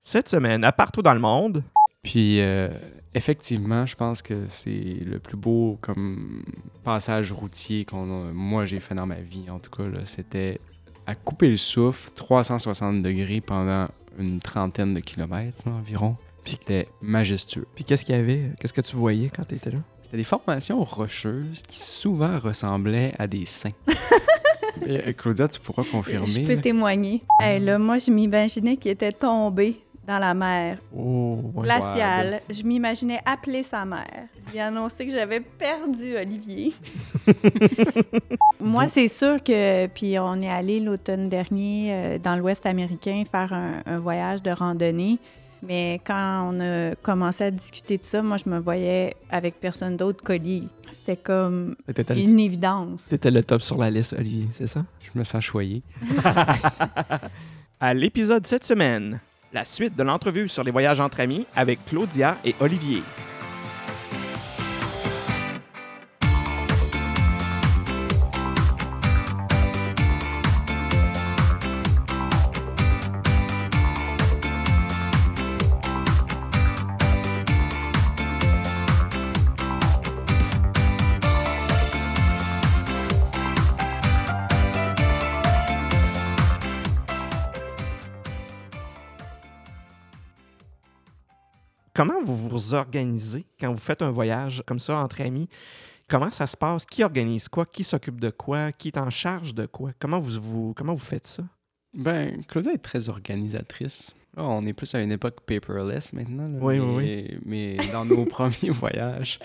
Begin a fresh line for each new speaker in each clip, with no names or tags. cette semaine à partout dans le monde.
Puis euh, effectivement, je pense que c'est le plus beau comme passage routier qu'on a- moi j'ai fait dans ma vie en tout cas là, c'était à couper le souffle 360 degrés pendant une trentaine de kilomètres là, environ. Puis c'était majestueux.
Puis qu'est-ce qu'il y avait Qu'est-ce que tu voyais quand tu étais là
C'était des formations rocheuses qui souvent ressemblaient à des saints. Euh, Claudia, tu pourras
Je
confirmer.
peux
là.
témoigner.
Mm.
Hey, là, moi, je m'imaginais qu'il était tombé dans la mer
Oh, ouais.
glaciale. Je m'imaginais appeler sa mère. Lui annoncer que j'avais perdu Olivier. moi, c'est sûr que. Puis, on est allé l'automne dernier euh, dans l'Ouest américain faire un, un voyage de randonnée. Mais quand on a commencé à discuter de ça, moi, je me voyais avec personne d'autre qu'Oli. C'était comme
T'étais le-
une évidence.
t'étais le top sur la liste, Olivier, c'est ça
Je me sens choyé.
À l'épisode cette semaine, la suite de l'entrevue sur les voyages entre amis avec Claudia et Olivier. Comment vous vous organisez quand vous faites un voyage comme ça entre amis? Comment ça se passe? Qui organise quoi? Qui s'occupe de quoi? Qui est en charge de quoi? Comment vous, vous- comment vous faites ça?
Ben, Claudia est très organisatrice. Là, Ah, on est plus à une époque paperless maintenant. là,
Oui, oui,
mais, mais dans nos premiers voyages.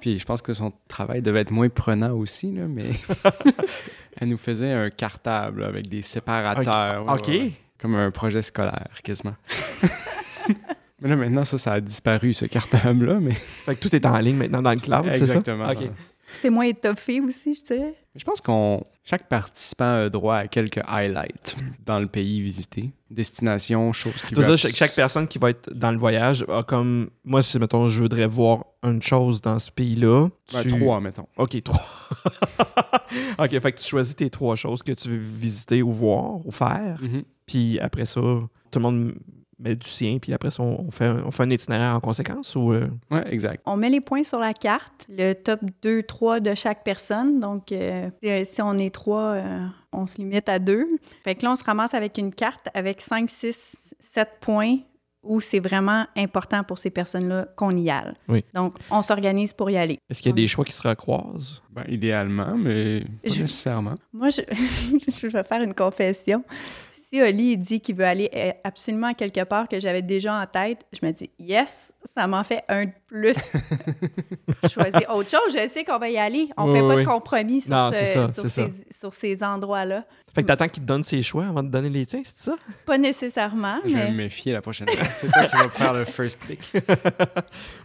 Puis je pense que son travail devait être moins prenant aussi, là, mais elle nous faisait un cartable là, avec des séparateurs. ouais,
OK.
ouais, ouais. Comme un projet scolaire, quasiment. mais là, maintenant, ça, ça a disparu, ce cartable-là. Mais...
Fait que tout est en ligne maintenant dans le cloud, Ah c'est ça?
Exactement.
OK.
C'est moins étoffé aussi, je dirais.
Je pense qu'on chaque participant a droit à quelques highlights dans le pays visité, destination, choses
Tu
qui
veux dire, chaque, chaque personne qui va être dans le voyage a comme. Moi, si, mettons, je voudrais voir une chose dans ce pays-là. tu-
Ben, trois mettons.
OK, Ben, trois. OK, fait que tu choisis tes trois choses que tu veux visiter ou voir ou faire. Puis après ça, tout le monde met du sien. Puis après ça, on fait un, on fait un itinéraire en conséquence ou. euh,
Ouais, exact.
On met les points sur la carte, le top 2, 3 de chaque personne. Donc, euh, euh, si on est 3, on se limite à 2. Fait que là, on se ramasse avec une carte avec 5, 6, 7 points où c'est vraiment important pour ces personnes-là qu'on y aille.
Oui.
Donc, on s'organise pour y aller.
Est-ce qu'il y a des choix qui se recroisent?
Ben, idéalement, mais pas
Je-
nécessairement.
Moi, je, je vais faire une confession. Si Oli il dit qu'il veut aller euh, absolument à quelque part que j'avais déjà en tête, je me dis yes, ça m'en fait un de plus. je choisis autre chose, je sais qu'on va y aller. On
Oui,
fait
oui,
pas
oui.
de compromis sur,
Non,
ce-
c'est ça,
sur
c'est ça.
ces, sur ces endroits-là.
Fait que t'attends qu'il te donne ses choix avant de donner les tiens, c'est ça?
Pas nécessairement,
Je vais me
mais,
méfier la prochaine fois. C'est toi qui vas faire le first pick.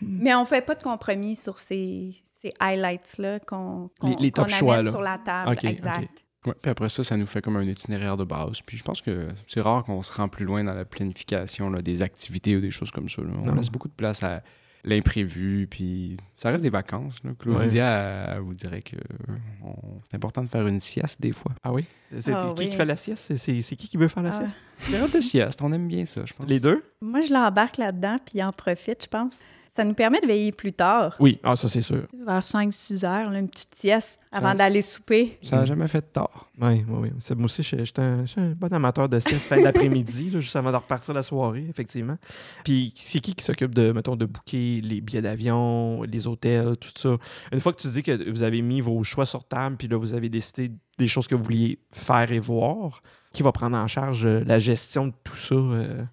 mais on fait pas de compromis sur ces, ces highlights-là qu'on qu'on-
Les- les
qu'on
top choix,
amène
là.
sur la table.
Ok, ok.
exact.
Ouais, puis après ça, ça nous fait comme un itinéraire de base. Puis je pense que c'est rare qu'on se rend plus loin dans la planification là, des activités ou des choses comme ça. là. On
Non.
laisse beaucoup de place à l'imprévu, puis ça reste des vacances. là. Claudia elle vous dirait que euh, on- c'est important de faire une sieste des fois.
Ah oui? C'est
Ah
qui
oui.
qui fait la sieste? C'est- C'est c'est qui qui veut faire la
Ah.
sieste?
Période de sieste, on aime bien ça, je pense.
Les deux?
Moi, je l'embarque là-dedans, puis il en profite, je pense. Ça nous permet de veiller plus tard.
Oui, ah, ça c'est sûr.
Vers 5-6 heures, là, une petite sieste avant
Cinq-
d'aller souper.
Ça n'a jamais fait de tort.
Oui, oui, oui. C'est- Moi aussi, je je suis un, je suis un bon amateur de sieste fin d'après-midi, là, juste avant de repartir la soirée, effectivement. Puis c'est qui qui s'occupe de, mettons, de booker les billets d'avion, les hôtels, tout ça? Une fois que tu dis que vous avez mis vos choix sur table, puis là, vous avez décidé des choses que vous vouliez faire et voir, qui va prendre en charge euh, la gestion de tout ça? euh?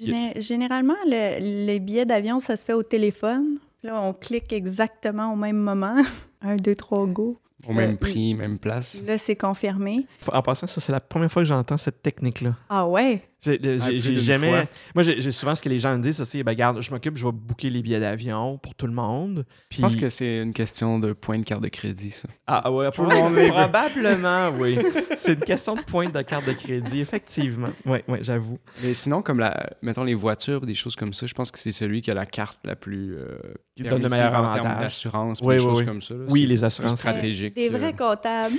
Géné- Généralement, le- les billets d'avion, ça se fait au téléphone. Là, on clique exactement au même moment. Un, deux, trois, go.
Au même
Euh,
prix, même place.
Là, c'est confirmé.
F- En passant, ça, c'est la première fois que j'entends cette technique-là.
Ah ouais?
J'ai le-
Ah,
j'ai-
plus
j'ai
d'une
jamais.
fois.
Moi, j'ai j'ai souvent ce que les gens me disent, c'est ben, regarde, je m'occupe, je vais booker les billets d'avion pour tout le monde.
Je pense que c'est une question de point de carte de crédit, ça.
Ah ouais,
Tout le monde les veut.
probablement, oui. C'est une question de pointe de carte de crédit, effectivement. Oui, oui, j'avoue.
Mais sinon, comme la, mettons les voitures, des choses comme ça, je pense que c'est celui qui a la carte la plus. euh,
Qui donne le
permissive
meilleur
en termes
avantage.
d'assurance,
Oui,
oui, des
oui,
choses
oui.
comme ça. là.
Oui,
C'est
les
plus
assurances.
stratégique.
Des
euh.
vrais comptables.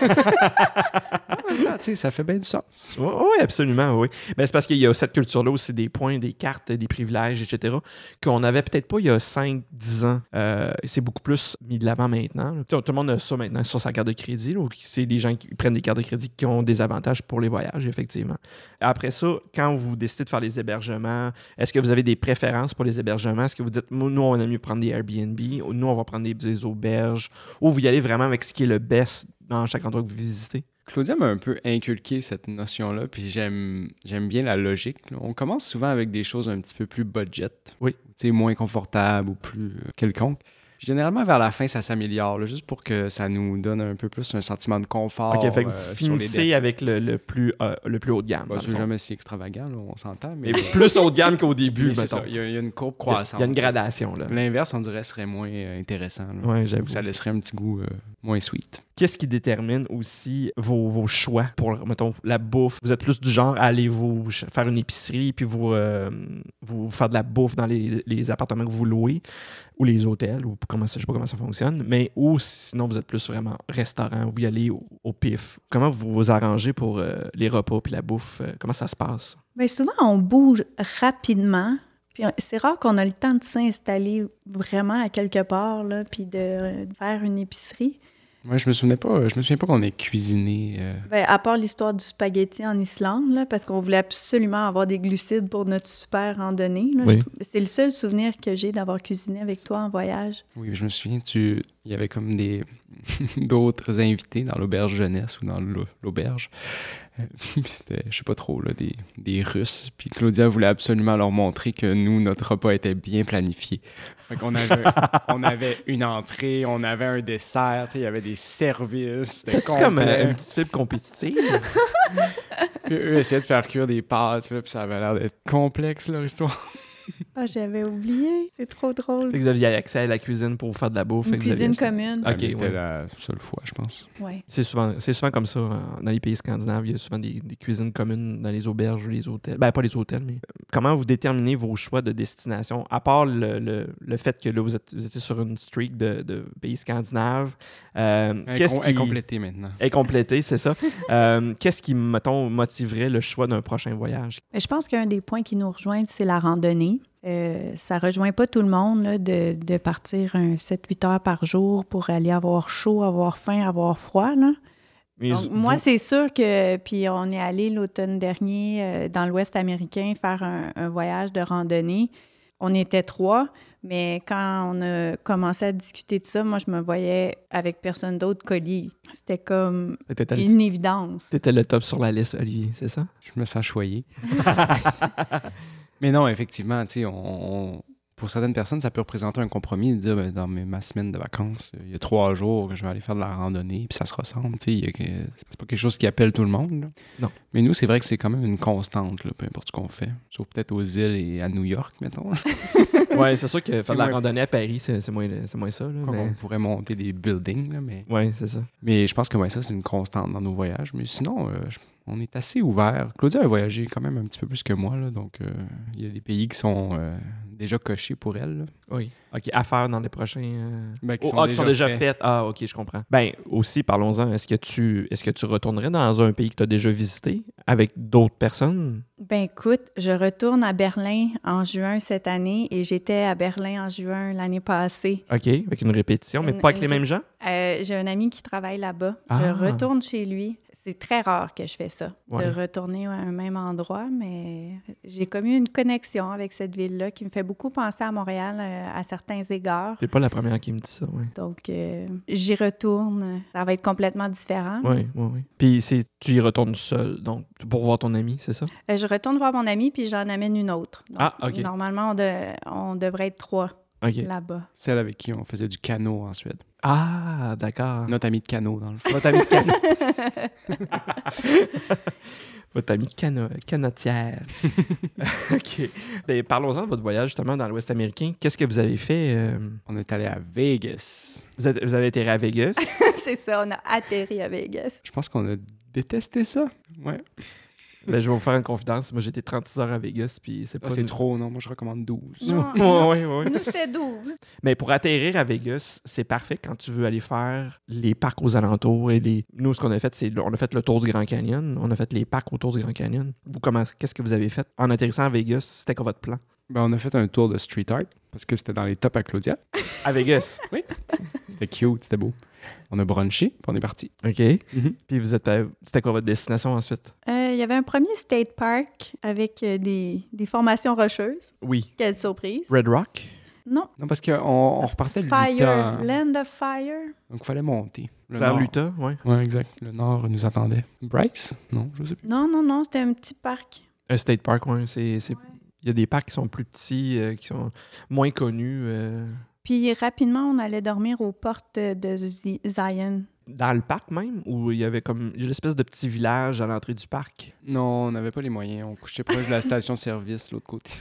même temps, Ah, tu sais, ça fait bien du sens.
Oui, absolument, oui. Mais c'est parce qu'il y a cette culture-là aussi des points, des cartes, des privilèges, etc., qu'on n'avait peut-être pas il y a 5-10 ans. Euh, c'est beaucoup plus mis de l'avant maintenant. Tu sais, Tout, le monde a ça maintenant sur sa carte de crédit. là, où c'est les gens qui prennent des cartes de crédit qui ont des avantages pour les voyages, effectivement. Après ça, quand vous décidez de faire les hébergements, est-ce que vous avez des préférences pour les hébergements? Est-ce que vous dites, nous, on aime mieux prendre des Airbnb, ou nous, on va prendre des, des auberges, ou vous y allez vraiment avec ce qui est le best dans chaque endroit que vous visitez?
Claudia m'a un peu inculqué cette notion-là, puis j'aime, j'aime bien la logique. là. On commence souvent avec des choses un petit peu plus budget.
Oui.
Tu sais, moins confortable ou plus euh, quelconque. Puis Généralement, vers la fin, ça s'améliore, là, juste pour que ça nous donne un peu plus un sentiment de confort.
OK, fait que vous
euh, sur les
finissez avec le, le plus, euh, le plus haut de gamme.
Bah,
dans
c'est
le fond.
jamais si extravagant, là, on s'entend, mais,
Mais plus haut de gamme qu'au début,
mais c'est
mettons.
ben, ça, il y, a il y a une courbe
Il y a-
croissante.
il y a une gradation, là.
L'inverse, on dirait, serait moins euh, intéressant. là.
Ouais, j'avoue.
Ça laisserait un petit goût euh, moins sweet.
Qu'est-ce qui détermine aussi vos, vos choix pour, mettons, la bouffe? Vous êtes plus du genre à aller vous ch- faire une épicerie puis vous, euh, vous faire de la bouffe dans les, les appartements que vous louez ou les hôtels ou comment ça, je sais pas comment ça fonctionne, mais ou sinon vous êtes plus vraiment restaurant, vous y allez au, au pif. Comment vous vous arrangez pour euh, les repas puis la bouffe? euh, comment ça se passe?
Bien, souvent, on bouge rapidement. Puis on- c'est rare qu'on a le temps de s'installer vraiment à quelque part, là, puis de, de faire une épicerie.
Moi, je me souvenais pas, euh, je me souviens pas qu'on ait cuisiné. euh,
Ben, à part l'histoire du spaghetti en Islande, là, parce qu'on voulait absolument avoir des glucides pour notre super randonnée. là.
Oui.
Je- C'est le seul souvenir que j'ai d'avoir cuisiné avec toi en voyage.
Oui, je me souviens, tu... il y avait comme des d'autres invités dans l'auberge jeunesse ou dans l'au- l'auberge. Euh, puis C'était, je sais pas trop, là, des, des Russes. Puis Claudia voulait absolument leur montrer que nous, notre repas était bien planifié. Fait qu'on avait, on avait une entrée, on avait un dessert, tu sais, il y avait des services. C'était
C'est comme euh,
complet.
une petite fibre compétitive.
Puis eux essayaient de faire cuire des pâtes, là, puis ça avait l'air d'être complexe, leur histoire.
Ah, j'avais oublié. C'est trop drôle.
fait que vous aviez accès à la cuisine pour vous faire de la bouffe.
Une
fait que vous aviez- Ah.
cuisine commune.
Ok,
Mais c'était
ouais.
la seule fois, je pense.
Ouais.
C'est souvent, c'est souvent comme ça. euh, Dans les pays scandinaves, il y a souvent des, des cuisines communes dans les auberges ou les hôtels. Ben, pas les hôtels, mais euh, comment vous déterminez vos choix de destination, à part le, le- le fait que là, vous, êtes, vous étiez sur une streak de, de pays scandinaves? euh, qu'est-ce
Incom-
qui...
Incomplété maintenant.
Incomplété, c'est ça. Euh, qu'est-ce qui, mettons, motiverait le choix d'un prochain voyage?
Mais Je pense qu'un des points qui nous rejoint, c'est la randonnée. Euh, ça rejoint pas tout le monde là, de, de partir un 7-8 heures par jour pour aller avoir chaud, avoir faim, avoir froid. là.
Mais
Donc,
vous-
moi, c'est sûr que. Puis, on est allé l'automne dernier euh, dans l'Ouest américain faire un, un voyage de randonnée. On était trois, mais quand on a commencé à discuter de ça, moi, je me voyais avec personne d'autre qu'Oli. C'était comme
t'étais, le-
une évidence.
t'étais le top sur la liste, Olivier, c'est ça?
Je me sens choyé. Mais non, effectivement, tu sais, on, on- pour certaines personnes, ça peut représenter un compromis de dire ben, dans mes- ma semaine de vacances, euh, il y a trois jours que je vais aller faire de la randonnée, puis ça se ressemble. tu sais, il y a que- C'est pas quelque chose qui appelle tout le monde. là.
Non.
Mais nous, c'est vrai que c'est quand même une constante, là, peu importe ce qu'on fait. Sauf peut-être aux îles et à New York, mettons. là,
ouais, c'est sûr que faire de la
moins-
randonnée à Paris, c'est, c'est moins, c'est moins ça. là,
quand
mais-
On pourrait monter des buildings, là, mais.
Ouais, c'est ça.
Mais je pense que ouais, ça, c'est une constante dans nos voyages. Mais sinon, euh, je- on est assez ouvert. Claudia a voyagé quand même un petit peu plus que moi. là, donc, euh, il y a des pays qui sont euh, déjà cochés pour elle. là.
Oui. OK, à faire dans les prochains... euh,
Ben,
Oh, ah, qui sont déjà faites. Ah, ok, je comprends. Ben aussi, parlons-en. Est-ce que tu, est-ce que tu retournerais dans un pays que tu as déjà visité avec d'autres personnes
Ben écoute, je retourne à Berlin en juin cette année et j'étais à Berlin en juin l'année passée.
Ok, avec une répétition, mais
Une-
pas avec
une
les mêmes gens.
Euh, J'ai un ami qui travaille là-bas.
Ah.
Je retourne chez lui. C'est très rare que je fais ça,
Ouais.
de retourner à un même endroit, mais j'ai comme eu une connexion avec cette ville-là qui me fait beaucoup penser à Montréal euh, à certains égards.
T'es pas la première qui me dit ça, oui.
Donc, euh, j'y retourne. Ça va être complètement différent.
Oui, oui, oui. Puis c'est, tu y retournes seul, donc pour voir ton ami, c'est ça
Euh, je retourne voir mon ami, puis j'en amène une autre. Donc,
Ah, ok.
Normalement, on, de- on devrait être trois
Ok.
là-bas.
Celle avec qui on faisait du canot en Suède.
Ah, d'accord.
Notre ami de canot, dans le fond.
Votre ami de canot. Votre ami cano- canotière. ok. Ben, parlons-en de votre voyage justement dans l'Ouest américain. Qu'est-ce que vous avez fait euh,
On est allé à Vegas.
vous, êtes- vous avez été à Vegas.
C'est ça, on a atterri à Vegas.
Je pense qu'on a détesté ça. Ouais.
Ben, je vais vous faire une confidence. Moi, j'étais 36 heures à Vegas, puis c'est pas.
Ah, c'est
une-
trop, non? Moi, je recommande 12.
Non,
Ouais, ouais, ouais.
Nous, c'était 12.
Mais pour atterrir à Vegas, c'est parfait quand tu veux aller faire les parcs aux alentours et les. Nous, ce qu'on a fait, c'est on a fait le tour du Grand Canyon, on a fait les parcs autour du Grand Canyon. Vous comment qu'est-ce que vous avez fait en atterrissant à Vegas C'était quoi votre plan
Ben, on a fait un tour de street art parce que c'était dans les tops à Claudia.
À Vegas.
C'était cute, c'était beau. On a brunché, puis on est parti.
Ok. Puis vous êtes. pas- C'était quoi votre destination ensuite
Euh, il y avait un premier state park avec euh, des, des formations rocheuses.
Oui.
Quelle surprise.
Red Rock.
Non.
Non, parce qu'on on repartait de
Fire.
l'Utah.
Land of Fire.
Donc, il fallait monter. Le
Vers
nord.
l'Utah, ouais.
Ouais, exact. Le nord nous attendait. Bryce? Non, je sais plus.
Non, non, non, c'était un petit parc.
Un state park, ouais. C'est. c'est-
Ouais.
Il y a des parcs qui sont plus petits, euh, qui sont moins connus. euh,
Puis rapidement, on allait dormir aux portes de Z- Zion.
Dans le parc même, où il y avait comme une espèce de petit village à l'entrée du parc.
Non, on n'avait pas les moyens. On couchait proche de la station-service, l'autre côté.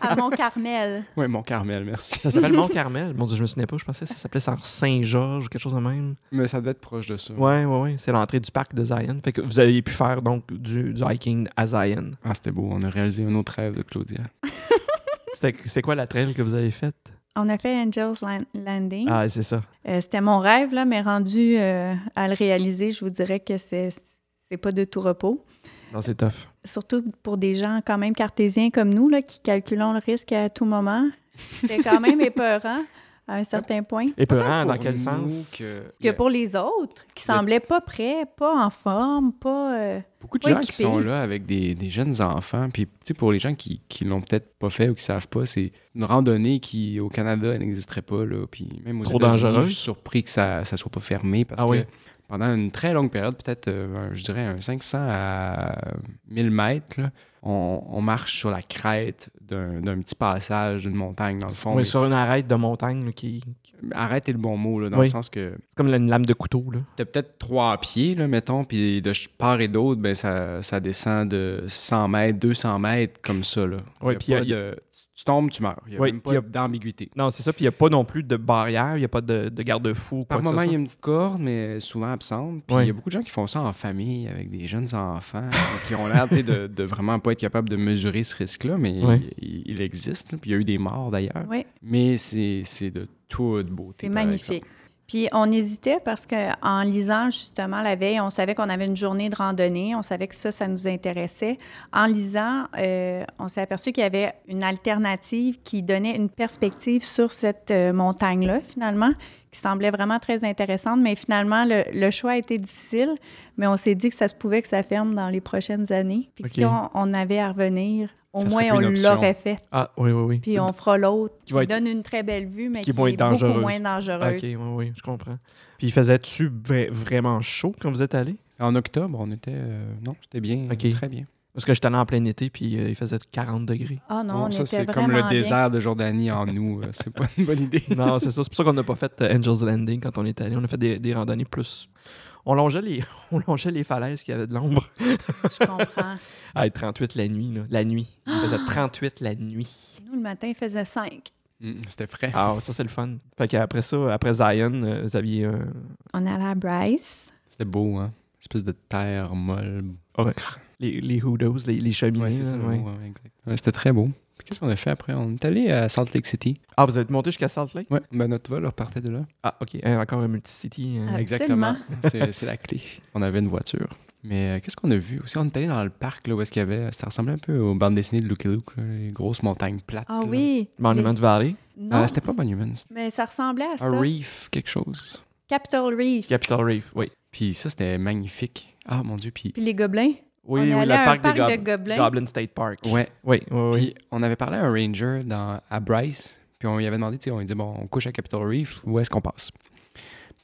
À Mont-Carmel.
Ouais, mon Carmel, merci.
Ça s'appelle Mont-Carmel. Mon Dieu, je me souvenais pas. Je pensais que ça s'appelait Saint-Georges ou quelque chose de même.
Mais ça devait être proche de ça.
Ouais, ouais, ouais. C'est l'entrée du parc de Zion. Fait que vous avez pu faire donc du, du hiking à Zion.
Ah, c'était beau. On a réalisé un autre rêve de Claudia.
C'était- C'est quoi la trail que vous avez faite?
On a fait Angel's Lan- Landing.
Ah, c'est ça.
Euh, c'était mon rêve, là, mais rendu euh, à le réaliser, je vous dirais que c'est, c'est pas de tout repos.
Non, c'est tough.
Surtout pour des gens quand même cartésiens comme nous, là, qui calculons le risque à tout moment. C'était quand même épeurant à un certain point.
Et Épeurant, Ah, dans
Pour
quel
nous
sens?
que-
Que pour les autres, qui semblaient pas prêts, pas en forme, pas... euh,
Beaucoup de
pas
gens qui
équipés.
sont là avec des, des jeunes enfants, puis tu sais, pour les gens qui, qui l'ont peut-être pas fait ou qui savent pas, c'est une randonnée qui au Canada elle n'existerait pas là, puis même aux
Trop
États-Unis,
dangereux.
Je suis surpris que ça ça soit pas fermé parce
Ah
que
oui.
pendant une très longue période, peut-être euh, un- je dirais un 500 à 1000 mètres, là, on, on marche sur la crête d'un d'un petit passage d'une montagne dans le fond.
Oui,
mais-
sur une arête de montagne là, qui. qui-
Arrête est le bon mot là, dans
Oui.
le sens que
C'est comme une lame de couteau, là.
T'as peut-être trois pieds, là, mettons, puis de ch- part et d'autre, ben, ça, ça descend de 100 mètres, 200 mètres, comme ça. Là.
Ouais,
Y a
puis y a-
pas
y a-
de- tu- Tu tombes, tu meurs. Il n'y a
Ouais,
même
puis
pas
y a-
d'ambiguïté.
Non, c'est ça. Puis il n'y a pas non plus de barrière, il n'y a pas de, de garde-fou.
Par
quoi que ce
moment, il y a
soit.
une petite corde, mais souvent absente. Puis il
Ouais.
y a beaucoup de gens qui font ça en famille, avec des jeunes enfants, euh, qui ont l'air tu sais, de, de vraiment pas être capables de mesurer ce risque-là, mais
Ouais.
il, il existe. là, Puis il y a eu des morts, d'ailleurs.
ouais.
Mais c'est c'est de toute beauté.
C'est
par exemple.
magnifique. Puis on hésitait parce que en lisant justement la veille, on savait qu'on avait une journée de randonnée, on savait que ça, ça nous intéressait. En lisant, euh, on s'est aperçu qu'il y avait une alternative qui donnait une perspective sur cette euh, montagne-là finalement, qui semblait vraiment très intéressante. Mais finalement, le, le choix a été difficile, mais on s'est dit que ça se pouvait que ça ferme dans les prochaines années. Puis que
OK.
si on, on avait à revenir, au
Ça serait
moins on
plus une option.
l'aurait fait.
Ah, oui, oui, oui.
Puis on fera l'autre
Qui
qui,
va être-
donne une très belle vue, mais
qui
qui,
vont
est
être dangereuse.
beaucoup moins dangereuse.
Ok, oui, oui, je comprends. Puis il faisait-tu vra- vraiment chaud quand vous êtes allé?
En octobre, on était. euh, non, c'était bien.
Ok.
Très bien.
Parce que j'étais allé en plein été, puis euh, il faisait 40 degrés.
Ah non,
Non,
on
ça,
était
c'est
vraiment
comme le
bien.
désert de Jordanie en nous. euh, C'est pas une bonne idée.
Non, c'est ça. C'est pour ça qu'on n'a pas fait euh, Angel's Landing quand on est allé. On a fait des, des randonnées plus. On longeait, les, on longeait les falaises qui avaient de l'ombre.
Je comprends.
Ah, et 38 la nuit, là. La nuit. Il faisait 38 la nuit.
Nous, le matin, il faisait 5.
Mm, C'était frais.
Ah, ça, c'est le fun. Fait qu'après ça, après Zion, euh, vous aviez un.
On allait à Bryce.
C'était beau, hein? Espèce de terre molle.
Les, les hoodos, les, les cheminées.
Ouais, c'est ça,
là,
le
ouais.
mot, ouais, exact. Ouais, C'était très beau. Puis Qu'est-ce qu'on a fait après? On est allé à Salt Lake City.
Ah, vous êtes monté jusqu'à Salt Lake?
Ouais, ben notre vol repartait de là.
Ah, OK. Hein, encore un multicity. hein.
Ah.
Exactement.
Absolument.
C'est c'est la clé. On avait une voiture. Mais euh, qu'est-ce qu'on a vu aussi? On est allé dans le parc là, où est-ce qu'il y avait. Ça ressemblait un peu aux bandes dessinées de Lucky Luke, là, les grosses montagnes plates.
Ah
là.
oui.
Monument Valley,
Les- Non,
Ah, C'était pas Monument. c'était
mais ça
Ah
ressemblait à ça.
Un reef, quelque chose.
Capitol Reef.
Capital Reef, oui.
Puis ça, c'était magnifique. Ah mon Dieu. Puis
Puis les gobelins.
Oui,
On
oui,
est allé
le
à un
parc, des
parc de
Gob-
gobelins.
Goblin State Park.
ouais,
Oui, oui, oui.
Puis on avait parlé à un ranger dans, à Bryce, puis on lui avait demandé, tu sais, on lui dit, bon, on couche à Capitol Reef, où est-ce qu'on passe?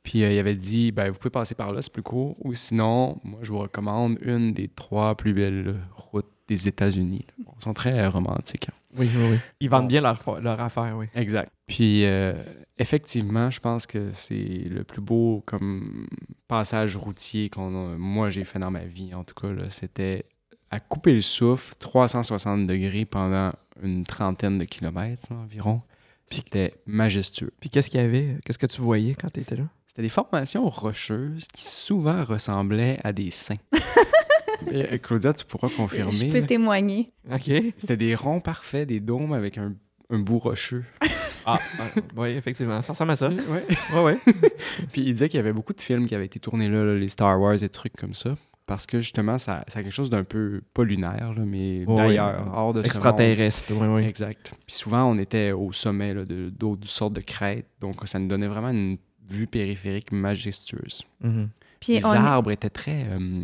Puis euh, il avait dit, ben, vous pouvez passer par là, c'est plus court, ou sinon, moi, je vous recommande une des trois plus belles routes des États-Unis. là. Bon, ils sont très euh, romantiques. hein.
Oui, oui, oui. Ils vendent
Bon.
bien leur, fa- leur affaire, oui.
Exact. Puis euh, effectivement, je pense que c'est le plus beau comme passage routier qu'on a- moi j'ai fait dans ma vie en tout cas là, c'était à couper le souffle 360 degrés pendant une trentaine de kilomètres là, environ. Puis C'était majestueux.
Puis qu'est-ce qu'il y avait? Qu'est-ce que tu voyais quand tu étais là?
C'était des formations rocheuses qui souvent ressemblaient à des saints. Mais, euh, Claudia, tu pourras
Je
confirmer.
peux
là.
témoigner.
OK.
C'était des ronds parfaits, des dômes avec un, un bout rocheux.
Ah, oui, effectivement. Ça ressemble à ça.
Ouais.
Ouais, ouais.
Puis il disait qu'il y avait beaucoup de films qui avaient été tournés là, là, les Star Wars et trucs comme ça. Parce que justement, ça, ça a quelque chose d'un peu pas lunaire, là, mais
Ouais,
d'ailleurs,
ouais.
hors de ce
Extraterrestre. Oui,
monde.
oui.
Exact. Puis souvent, on était au sommet là, de d'autres sortes de crêtes, donc ça nous donnait vraiment une vue périphérique majestueuse.
Mhm.
Puis
Les
on-
arbres étaient très euh,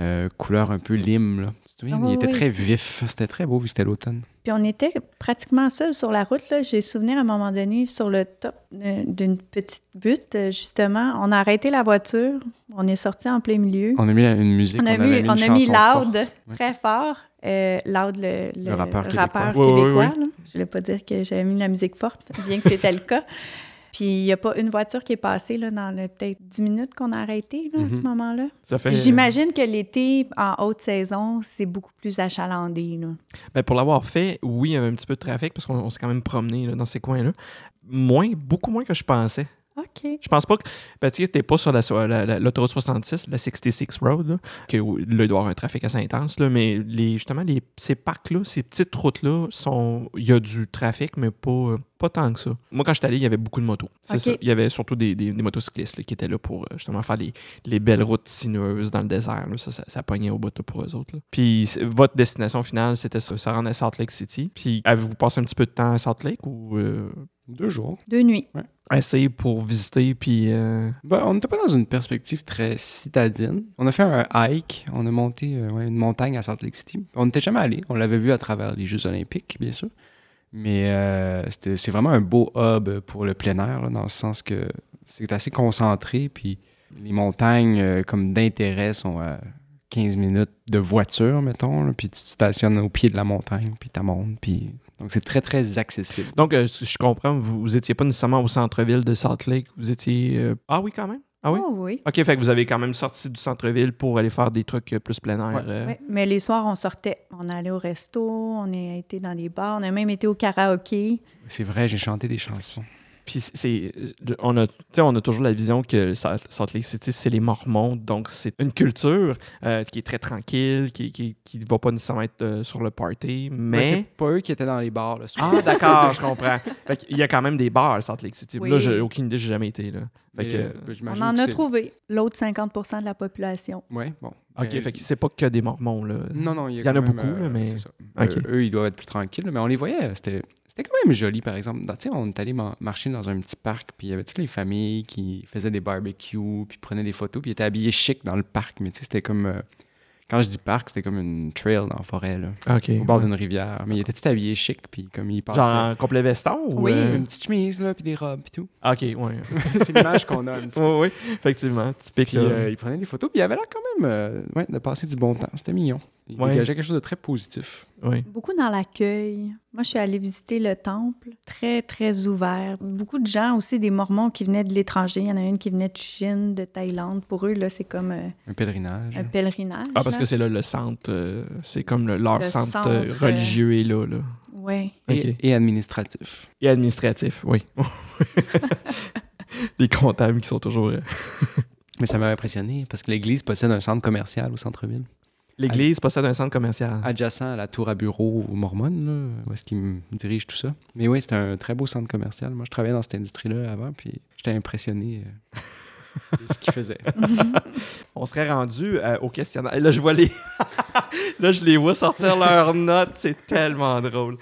euh, couleur un peu lime. Là. Tu te souviens?
Ah
Ils
oui,
étaient
oui,
très
c'est-
vifs. C'était très beau vu que c'était l'automne.
Puis on était pratiquement seuls sur la route. Là. J'ai souvenir à un moment donné, sur le top euh, d'une petite butte, euh, justement, on a arrêté la voiture. On est sorti en plein milieu.
On a mis la- une musique.
On a,
avait
vu,
mis
on
une
a mis
chanson
Loud
forte. Ouais.
très fort. Euh, loud, le,
Le rappeur québécois.
Oui, oui,
québécois, là. Je ne voulais pas dire que j'avais mis de la musique forte, bien que c'était le cas. Puis il n'y a pas une voiture qui est passée là, dans le- peut-être 10 minutes qu'on a arrêté là, à ce
Mhm.
moment-là.
Ça fait.
J'imagine que l'été, en haute saison, c'est beaucoup plus achalandé. là.
Ben, pour l'avoir fait, oui, il y avait un petit peu de trafic parce qu'on on s'est quand même promené là, dans ces coins-là. Moins, beaucoup moins que je pensais.
OK.
Je pense pas que. Ben, tu sais, t'es pas sur la, so- la- la- l'autoroute 66, la 66 Road, là, que où- là, il doit y avoir un trafic assez intense, là, mais les, justement, les, ces parcs-là, ces petites routes-là, sont il y a du trafic, mais pas, euh, pas tant que ça. Moi, quand je suis allé, il y avait beaucoup de motos. C'est
Ok.
ça. Il y avait surtout des, des- des motocyclistes là, qui étaient là pour euh, justement faire les, les belles routes sinueuses dans le désert. là. Ça, ça, ça pognait au bout là, pour eux autres. là. Puis c'est- votre destination finale, c'était se se rendre à Salt Lake City. Puis avez-vous passé un petit peu de temps à Salt Lake ou euh,
Deux jours.
Deux nuits.
assez pour visiter puis. euh,
Ben, on n'était pas dans une perspective très citadine. On a fait un hike, on a monté euh, ouais, une montagne à Salt Lake City. On n'était jamais allé, on l'avait vu à travers les Jeux Olympiques, bien sûr. Mais euh, c'était- c'est vraiment un beau hub pour le plein air, là, dans le sens que c'est assez concentré, puis les montagnes euh, comme d'intérêt sont à 15 minutes de voiture, mettons, là, puis tu te stationnes au pied de la montagne, puis tu montes, puis... Donc c'est très, très accessible.
Donc, euh, si je comprends, vous vous étiez pas nécessairement au centre-ville de Salt Lake. Vous étiez. euh, Ah oui, quand même. Ah oui?
Oh, oui.
OK, fait que vous avez quand même sorti du centre-ville pour aller faire des trucs euh, plus plein air.
Ah, Ouais.
euh.
Ouais, mais les soirs, on sortait. On allait au resto, on a été dans des bars, on a même été au karaoké.
C'est vrai, j'ai chanté des chansons.
Puis c'est- c'est, euh, on a, tu sais, on a toujours la vision que Sa- Salt Lake City, c'est les Mormons, donc c'est une culture euh, qui est très tranquille, qui, qui, qui va pas nécessairement être euh, sur le party,
Mais, c'est
mais.
pas eux qui étaient dans les bars, là,
ah, d'accord, je comprends. Il y a quand même des bars à Salt Lake City.
Oui.
Là, j'ai aucune idée, j'ai jamais été. Là. Fait que, euh,
ben,
On en a trouvé. L'autre 50 de la population.
Ouais, bon.
OK,
Euh,
fait que c'est pas que des Mormons. Là.
Non, non, il y,
il y en a
quand même,
beaucoup, là, mais-
c'est ça.
OK.
Euh, eux, ils doivent être plus tranquilles, mais on les voyait. euh, C'était, c'était quand même joli, par exemple. Dans- tu sais, on est allé ma- marcher dans un petit parc, puis il y avait toutes les familles qui faisaient des barbecues, puis prenaient des photos, puis ils étaient habillés chic dans le parc. Mais tu sais, c'était comme. euh, quand je dis parc, c'était comme une trail dans la forêt, là,
OK.
au bord d'une rivière. Mais ils étaient tous habillés chic, puis comme ils passaient.
Genre en complet veston ou.
Oui.
euh, ah,
Une petite chemise, là, puis des robes, puis tout.
OK, ouais.
c'est l'image qu'on a un petit peu.
Oui, oui, effectivement. Typique.
Puis
là.
euh, il prenait des photos, puis il avait l'air quand même euh, ouais, de passer du bon temps. C'était mignon. Il
Ouais.
dégageait quelque chose de très positif.
Oui.
Beaucoup dans l'accueil. Moi, je suis allée visiter le temple. Très, très ouvert. Beaucoup de gens aussi, des Mormons qui venaient de l'étranger. Il y en a une qui venait de Chine, de Thaïlande. Pour eux, là, c'est comme euh,
Un pèlerinage.
un pèlerinage.
Ah, parce que c'est là le centre. euh, c'est comme le- leur
Le
centre,
centre,
euh,
euh,
religieux est là. là.
Oui.
Et,
OK.
et administratif.
Et administratif, oui. Les comptables qui sont toujours. euh,
Mais ça m'a impressionné parce que l'église possède un centre commercial au centre-ville.
L'église possède un centre commercial.
Adjacent à la tour à bureau mormone, là, où est-ce qu'ils me dirigent tout ça. Mais oui, c'est un très beau centre commercial. Moi, je travaillais dans cette industrie-là avant, puis j'étais impressionné euh, de ce qu'ils faisaient.
On serait rendu euh, au questionnaire. Et là, je vois les. là, je les vois sortir leurs notes. C'est tellement drôle.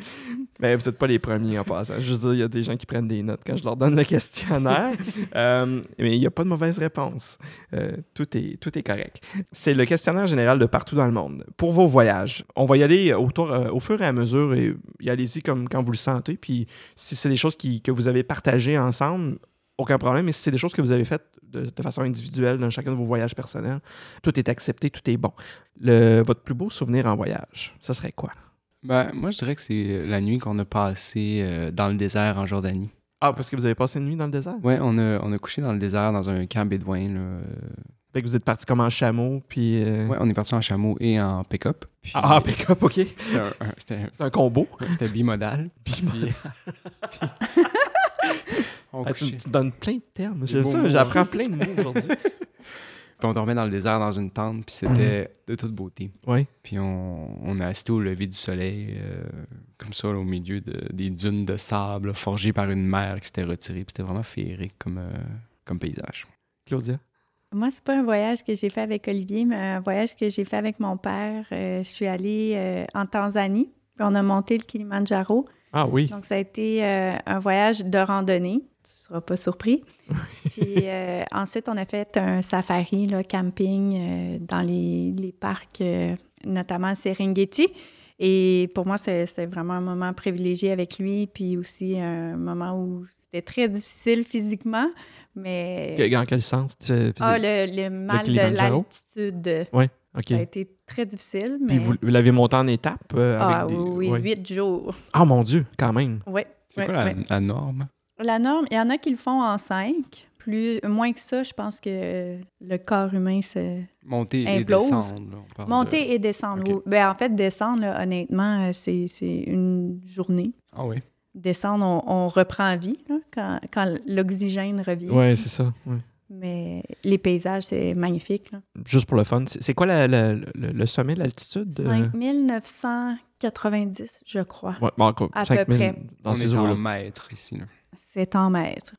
Mais vous n'êtes pas les premiers en passant. Je veux dire, il y a des gens qui prennent des notes quand je leur donne le questionnaire. Euh, mais il n'y a pas de mauvaise réponse. Euh, tout, est, tout est correct. C'est le questionnaire général de partout dans le monde. Pour vos voyages, on va y aller autour, euh, au fur et à mesure et y allez-y comme quand vous le sentez. Puis si c'est des choses qui- que vous avez partagées ensemble, aucun problème. Mais si c'est des choses que vous avez faites de, de façon individuelle dans chacun de vos voyages personnels, tout est accepté, tout est bon. Le, votre plus beau souvenir en voyage, ce serait quoi?
Ben, moi, je dirais que c'est la nuit qu'on a passée euh, dans le désert en Jordanie.
Ah, parce que vous avez passé une nuit dans le désert?
Ouais, on a, on a couché dans le désert dans un camp bédouin. là, euh,
Fait que vous êtes parti comme en chameau, puis... euh,
Ouais, on est parti en chameau et en pick-up. Puis,
Ah, ah, pick-up, OK.
c'était un- un- c'était-
C'est un combo.
c'était bimodal.
Bimodal.
Puis- on
Ah, tu,
couchait.
Ah, tu me donnes plein de termes.
Des
J'aime
beaux
ça,
mots. hein.
j'apprends plein de mots aujourd'hui.
Puis on dormait dans le désert, dans une tente, puis c'était de toute beauté.
Oui.
Puis on, on a assisté au lever du soleil, euh, comme ça, là, au milieu de- des dunes de sable là, forgées par une mer qui s'était retirée. Puis c'était vraiment féerique comme, euh, comme paysage.
Claudia.
Moi, c'est pas un voyage que j'ai fait avec Olivier, mais un voyage que j'ai fait avec mon père. Euh, je suis allée euh, en Tanzanie. puis On a monté le Kilimanjaro.
Ah oui.
Donc, ça a été euh, un voyage de randonnée. Tu seras pas surpris. Puis euh, ensuite, on a fait un safari, là, camping euh, dans les, les parcs, euh, notamment à Serengeti. Et pour moi, c'est- c'était vraiment un moment privilégié avec lui. Puis aussi un moment où c'était très difficile physiquement, mais...
Que- Dans quel sens? tu fais-
Ah, le, le mal de
Kilimanjaro?
l'altitude.
Oui, OK.
Ça a été très difficile, mais...
Puis vous, vous l'avez monté en étapes? euh, avec
ah
des-
oui,
ouais.
oui, huit jours.
Ah mon Dieu, quand même.
Oui.
C'est
oui,
quoi la,
oui.
la norme?
La norme, il y en a qui le font en cinq. Plus, moins que ça, je pense que euh, le corps humain se...
Monter
Implose.
et descendre. là, on parle de-
Monter et descendre.
Ah, Ok.
oui. Ben, en fait, descendre, là, honnêtement, euh, c'est c'est une journée.
Ah oui.
Descendre, on, on reprend vie là, quand, quand l'oxygène revient.
Oui, c'est ça. ouais.
Mais les paysages, c'est magnifique. là.
Juste pour le fun, c'est c'est quoi la- la- le, le sommet, l'altitude? euh?
5990, je crois.
Ouais, bon, encore,
À
5000
peu près.
dans
on
ces
est en
eaux-là.
mètres ici. Là.
C'est en mètres.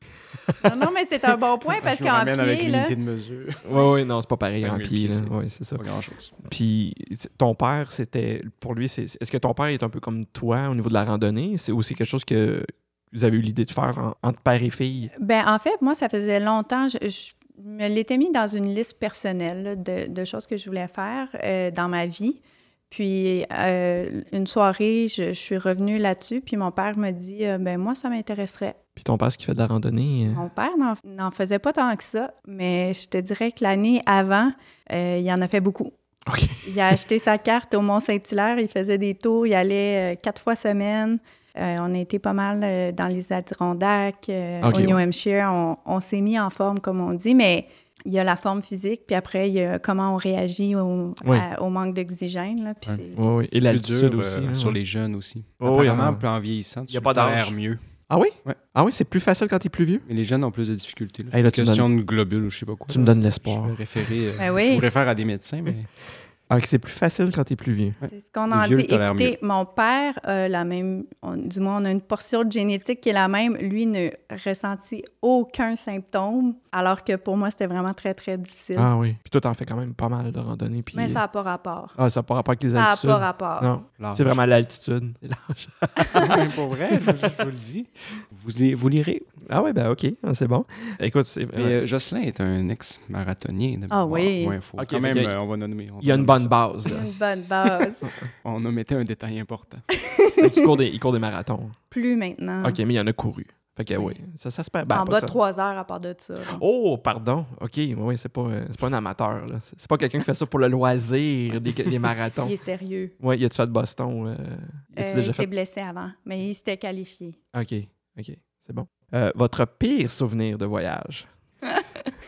non, non, mais c'est un bon point parce
Je vous
qu'en
ramène avec
pied, là,
l'unité de mesure.
Oui, oui, non, c'est pas pareil en
5000
pied. là.
pieds, c'est-
Ouais, c'est ça.
Pas grand-chose.
Puis t- ton père, c'était. Pour lui, c'est. Est-ce que ton père est un peu comme toi au niveau de la randonnée? C'est aussi quelque chose que vous avez eu l'idée de faire en- entre père et fille?
ben, en fait, moi, ça faisait longtemps, je, je me l'étais mis dans une liste personnelle là, de, de choses que je voulais faire euh, dans ma vie. Puis, euh, une soirée, je, je suis revenue là-dessus, puis mon père me dit, euh, ben moi, ça m'intéresserait.
Puis ton père, ce qui fait de la randonnée. euh,
Mon père n'en- n'en faisait pas tant que ça, mais je te dirais que l'année avant, euh, il en a fait beaucoup.
OK.
Il a acheté sa carte au Mont-Saint-Hilaire, il faisait des tours, il allait euh, quatre fois semaine. Euh, on a été pas mal euh, dans les Adirondacks, euh,
Ok,
au New
ouais.
Hampshire. On, on s'est mis en forme, comme on dit, mais il y a la forme physique, puis après, il y a comment on réagit au,
Oui.
à- au manque d'oxygène. là, puis
Ouais.
c'est-
Ouais, ouais. Et
Plus
l'altitude
dur,
aussi.
euh,
hein,
sur
ouais.
les jeunes aussi.
Oh, oui,
Apparemment,
hein.
plus en vieillissant, tu
Y a pas
tolères
d'âge.
mieux.
Ah oui?
Ouais.
Ah oui, c'est plus facile quand t'es plus vieux?
Mais les jeunes ont plus de difficultés. là.
Hey, là, tu me
question de globule ou je sais pas quoi.
Tu me donnes l'espoir.
l'espoir. Je vais référer, euh,
Ben oui.
je vous réfère à des médecins, mais
Ah, que c'est plus facile quand t'es plus vieux.
C'est ce qu'on
Les
en
vieux
dit.
le tolèrent
Écoutez, mon père a la même, on- du moins on a une portion de génétique qui est la même. Lui ne ressentit aucun symptôme, alors que pour moi c'était vraiment très très difficile.
Ah oui. Puis toi, t'en fais quand même pas mal de randonnées. Puis...
Mais ça n'a pas rapport.
Ah, ça n'a pas rapport avec les
Ça n'a
altitudes.
pas rapport.
Non,
l'âge.
c'est Ah, vraiment l'altitude.
Mais pour vrai, je, je- je vous le dis. Vous, li- vous lirez.
Ah ouais, ben OK, Ah, c'est bon. Écoute, c'est-
Mais euh, Jocelyn est un ex-marathonnier. de
Ah
mémoire.
oui.
Ouais, faut
Ok,
quand
fait
même,
qu'il y a-
euh, on va nommer. on
il y a
va
une
nommer
bonne
ça.
base. là.
Une bonne base.
On omettait un détail important.
il, court des, il court des marathons.
Plus maintenant.
OK, mais il y en a couru. Fait que oui,
Ah. Oui.
ça, ça se perd. Ben,
en
pas
bas
ça.
de trois heures à part de ça. là.
Oh, pardon. OK, oui, c'est pas, euh, c'est pas un amateur. là. C'est c'est pas quelqu'un qui fait ça pour le loisir, des, des marathons.
Il est sérieux.
Oui, y a-tu ça de Boston? euh, y a-tu
Euh,
déjà
il s'est
fait?
blessé avant, mais il s'était qualifié.
OK, OK, c'est bon. Euh, votre pire souvenir de voyage?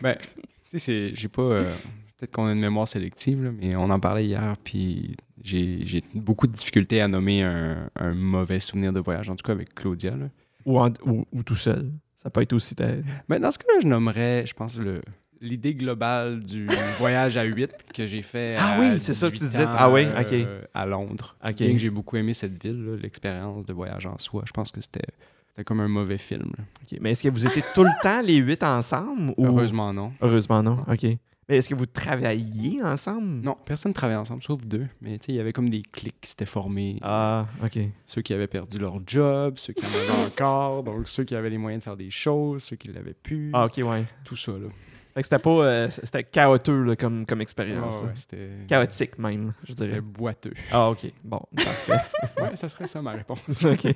Ben, tu sais, c'est- j'ai pas. euh, Peut-être qu'on a une mémoire sélective, là, mais on en parlait hier, puis j'ai j'ai beaucoup de difficultés à nommer un, un mauvais souvenir de voyage, en tout cas avec Claudia. Là.
Ou, en- ou, ou tout seul? Ça peut être aussi... ta-
Mais Ben, dans ce cas-là, je nommerais, je pense, le l'idée globale du voyage à 8 que j'ai fait
Ah
à
oui, c'est ça que tu
18
disais.
ans,
Ah oui,
euh,
ok.
à Londres.
Ok.
Bien que j'ai beaucoup aimé cette ville, là, l'expérience de voyage en soi, je pense que c'était c'était comme un mauvais film. là.
OK, Mais est-ce que vous étiez tout le temps les huit ensemble? Ou...
Heureusement, non.
Heureusement, non. OK. Mais est-ce que vous travailliez ensemble?
Non, personne ne travaillait ensemble, sauf deux. Mais tu sais, il y avait comme des clics qui s'étaient formés.
Ah, OK.
Ceux qui avaient perdu leur job, ceux qui en avaient encore, donc ceux qui avaient les moyens de faire des choses, ceux qui ne l'avaient plus,
Ah, OK, ouais.
tout ça. Là.
Fait que c'était pas... euh, c'était chaotique là, comme, comme expérience.
Ah
là.
ouais, c'était
Chaotique même, je dirais.
c'était boiteux.
Ah, OK. Bon, parfait.
Ouais, ça serait ça ma réponse.
OK.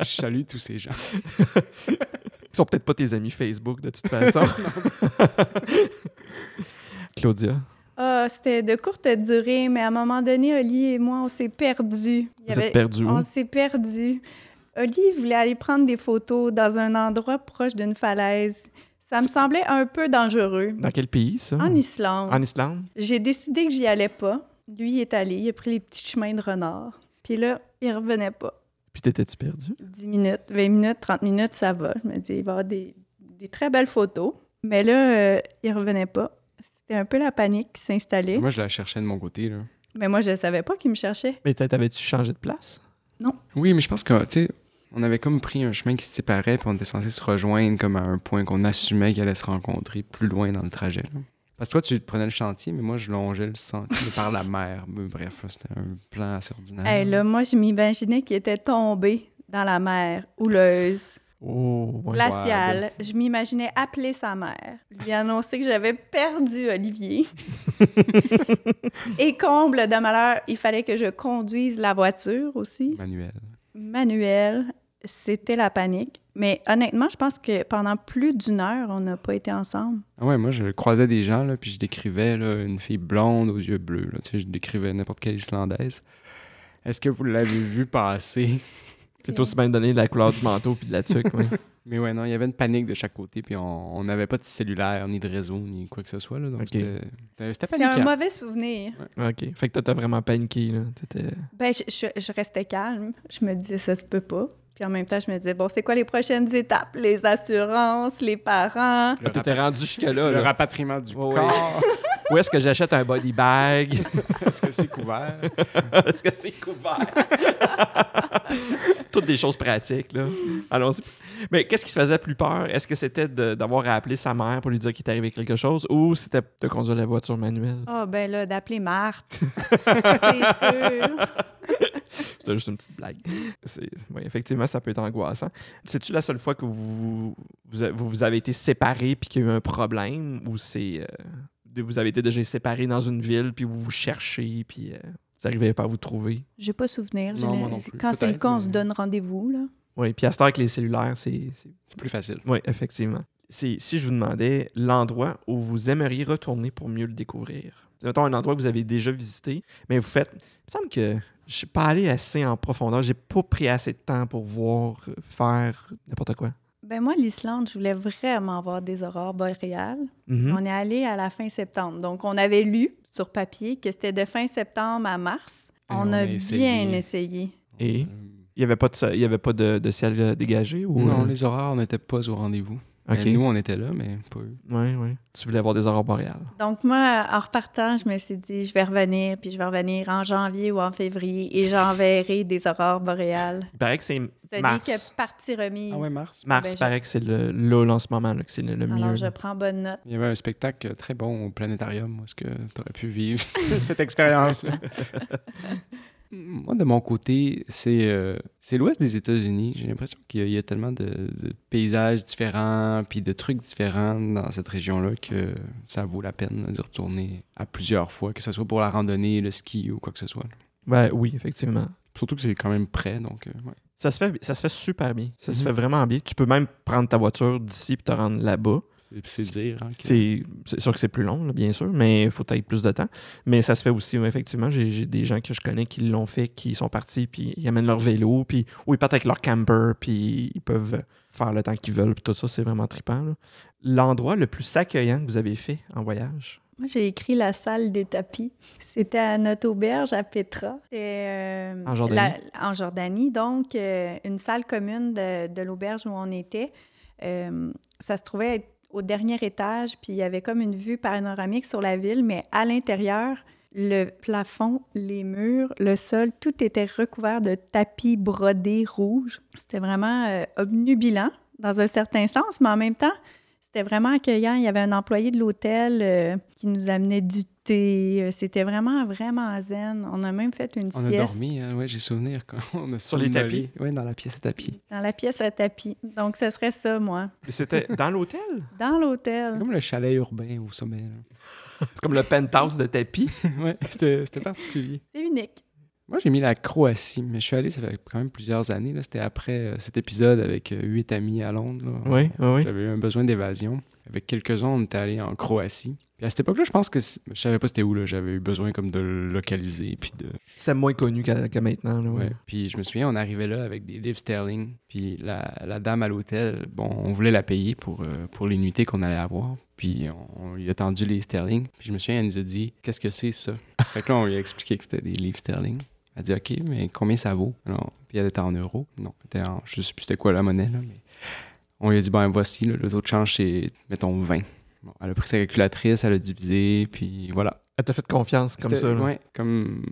Je salue tous ces gens.
Ils sont peut-être pas tes amis Facebook, de toute façon. Claudia.
Ah, c'était de courte durée, mais à un moment donné, Oli et moi, on s'est perdus. Il y
Vous
avait-
êtes perdu où?
On s'est perdu. Oli voulait aller prendre des photos dans un endroit proche d'une falaise. Ça me semblait un peu dangereux.
Dans quel pays, ça?
En Islande,
Ah. En Islande?
j'ai décidé que j'y allais pas. Lui il est allé, il a pris les petits chemins de renard. Puis là, il revenait pas.
Puis t'étais-tu perdu?
10 minutes, 20 minutes, 30 minutes, ça va. Je me dis, il va y avoir des, des très belles photos. Mais là, euh, il revenait pas. C'était un peu la panique qui s'installait.
Moi, je la cherchais de mon côté. Là.
Mais moi, je ne savais pas qu'il me cherchait.
Mais t'a- t'avais-tu changé de place?
Oui, mais je pense que, tu sais, on avait comme pris un chemin qui se séparait, puis on était censé se rejoindre comme à un point qu'on assumait qu'il allait se rencontrer plus loin dans le trajet. là. Parce que toi, tu prenais le chantier, mais moi, je longeais le sentier par la mer. Mais bref, là, c'était un plan assez ordinaire.
Ah
Hey, là, moi, je m'imaginais qu'il était tombé dans la mer houleuse,
Oh, ouais.
glaciale. Je m'imaginais appeler sa mère, lui annoncer que j'avais perdu Olivier. Et comble de malheur, il fallait que je conduise la voiture aussi.
Manuel.
Manuel, c'était la panique. Mais honnêtement, je pense que pendant plus d'une heure, on n'a pas été ensemble.
Ah ouais, moi, je croisais des gens, là, puis je décrivais là, une fille blonde aux yeux bleus. Là, tu sais, je décrivais n'importe quelle Islandaise. Est-ce que vous l'avez vu passer?
T'es aussi bien donné la couleur du manteau puis de la tuque, ouais.
Mais ouais, non, il y avait une panique de chaque côté, puis on on n'avait pas de cellulaire, ni de réseau, ni quoi que ce soit. Là, donc
Ok.
c'était- c'était c'était
C'est un
paniquant.
mauvais souvenir.
Ah, OK. Fait que toi, t'as vraiment paniqué, là. T'étais...
Ben, je, je- je restais calme. Je me disais, ça se peut pas. Puis en même temps, je me disais, bon, c'est quoi les prochaines étapes? Les assurances, les parents.
Le,
Ah, t'étais
rapatri-
rendu jusque-là,
le
là.
rapatriement du
Ouais, ouais.
corps.
Où est-ce que j'achète un body bag?
Est-ce que c'est couvert?
est-ce que c'est couvert? Toutes des choses pratiques, là. Allons-y. Mais qu'est-ce qui te faisait plus peur? Est-ce que c'était de- d'avoir à appeler sa mère pour lui dire qu'il t'arrivait quelque chose ou c'était de conduire la voiture manuelle?
Ah, ben là, d'appeler Marthe. c'est sûr.
C'était juste une petite blague. C'est- Oui, effectivement, ça peut être angoissant. C'est-tu la seule fois que vous vous, a- vous, vous avez été séparés puis qu'il y a eu un problème ou c'est euh, de- vous avez été déjà séparés dans une ville puis vous vous cherchez puis euh, vous n'arrivez pas à vous trouver?
J'ai pas souvenir. J'ai
Non,
le-
moi non plus.
Quand c'est le
Peut-être,
cas, on se
mais-
donne rendez-vous, là.
Oui, puis à cette heure avec les cellulaires, c'est.
C'est plus facile.
Oui, effectivement. C'est- Si je vous demandais l'endroit où vous aimeriez retourner pour mieux le découvrir. Mettons un endroit que vous avez déjà visité, mais vous faites. Il me semble que je suis pas allé assez en profondeur, j'ai pas pris assez de temps pour voir, euh, faire n'importe quoi.
Ben moi, l'Islande, je voulais vraiment voir des aurores boréales.
Mhm.
On est allé à la fin septembre. Donc, on avait lu sur papier que c'était de fin septembre à mars.
Et
on,
on
a
a
bien
essayé.
essayé.
Et?
Euh,
Il n'y avait pas de, so- il y avait pas de, de ciel euh, dégagé ou
non, les horaires n'étaient pas au rendez-vous.
OK.
Mais Nous, on était là, mais pas eux.
Ouais, ouais. Tu voulais voir des aurores boréales.
Donc, moi, en repartant, je me suis dit, je vais revenir, puis je vais revenir en janvier ou en février, et j'enverrai des aurores boréales.
Il paraît que c'est
Ce n'est
mars.
que partie remise.
Ah ouais, mars.
Mars,
Ben, je-
paraît que c'est le là là, en ce moment là, que c'est le, le mieux.
Alors, je
là.
prends bonne note.
Il y avait un spectacle très bon au planétarium. Où est-ce que tu aurais pu vivre cette expérience-là? Moi, de mon côté, c'est euh, c'est l'ouest des États-Unis. J'ai l'impression qu'il y, a- il y a tellement de, de paysages différents puis de trucs différents dans cette région-là que ça vaut la peine d'y retourner à plusieurs fois, que ce soit pour la randonnée, le ski ou quoi que ce soit.
Ben oui, effectivement.
Surtout que c'est quand même près, donc... euh, ouais.
Ça se fait, ça se fait super bien. Ça se
Mhm.
fait vraiment bien. Tu peux même prendre ta voiture d'ici et te rendre là-bas.
C'est- C'est dire. hein, que-
C'est c'est sûr que c'est plus long, là, bien sûr, mais il faut peut-être plus de temps. Mais ça se fait aussi, ouais, effectivement. J'ai j'ai des gens que je connais qui l'ont fait, qui sont partis, puis ils amènent leur vélo, puis ou ils partent avec leur camper, puis ils peuvent faire le temps qu'ils veulent, puis tout ça, c'est vraiment trippant. là. L'endroit le plus accueillant que vous avez fait en voyage?
Moi, j'ai écrit la salle des tapis. C'était à notre auberge à Petra. C'était, euh,
En Jordanie.
la- en Jordanie, donc euh, une salle commune de, de l'auberge où on était. Euh, ça se trouvait être au dernier étage, puis il y avait comme une vue panoramique sur la ville, mais à l'intérieur, le plafond, les murs, le sol, tout était recouvert de tapis brodés rouges. C'était vraiment euh, obnubilant dans un certain sens, mais en même temps, c'était vraiment accueillant. Il y avait un employé de l'hôtel euh, qui nous amenait du thé. Euh, C'était vraiment, vraiment zen. On a même fait une
On a
sieste
dormi, hein, ouais, j'ai souvenir. Quand on a
Sur les
somnolé. Ouais, dans la pièce à tapis.
dans la pièce à tapis. Donc, ce serait ça, moi.
C'était dans l'hôtel?
Dans l'hôtel.
C'est comme le chalet urbain au sommet. là.
C'est comme le penthouse de tapis.
ouais, c'était c'était particulier.
C'est unique.
Moi, j'ai mis la Croatie, mais je suis allé, ça fait quand même plusieurs années. là. C'était après euh, cet épisode avec euh, huit amis à Londres. là.
Oui, oui, oui.
J'avais eu un besoin d'évasion. Avec quelques-uns, on était allé en Croatie. Puis à cette époque-là, je pense que c'est- je savais pas c'était où. là. J'avais eu besoin comme de le localiser. Puis, de...
C'est moins connu qu'à- que maintenant. là, ouais.
ouais. puis je me souviens, on arrivait là avec des livres sterling. Puis la, la dame à l'hôtel, bon, on voulait la payer pour, euh, pour les nuitées qu'on allait avoir. Puis on, on lui a tendu les sterling. Puis je me souviens, elle nous a dit Qu'est-ce que c'est ça Fait que là, on lui a expliqué que c'était des livres sterling. Elle dit OK, mais combien ça vaut Alors, Puis elle était en euros. Non, c'était en, je sais plus c'était quoi la monnaie, là, mais on lui a dit Ben voici, là, le taux de change, c'est, mettons, 20. Bon, elle a pris sa calculatrice, elle a divisé, puis voilà.
Elle t'a fait confiance comme
C'était-
ça. là.
ouais, comme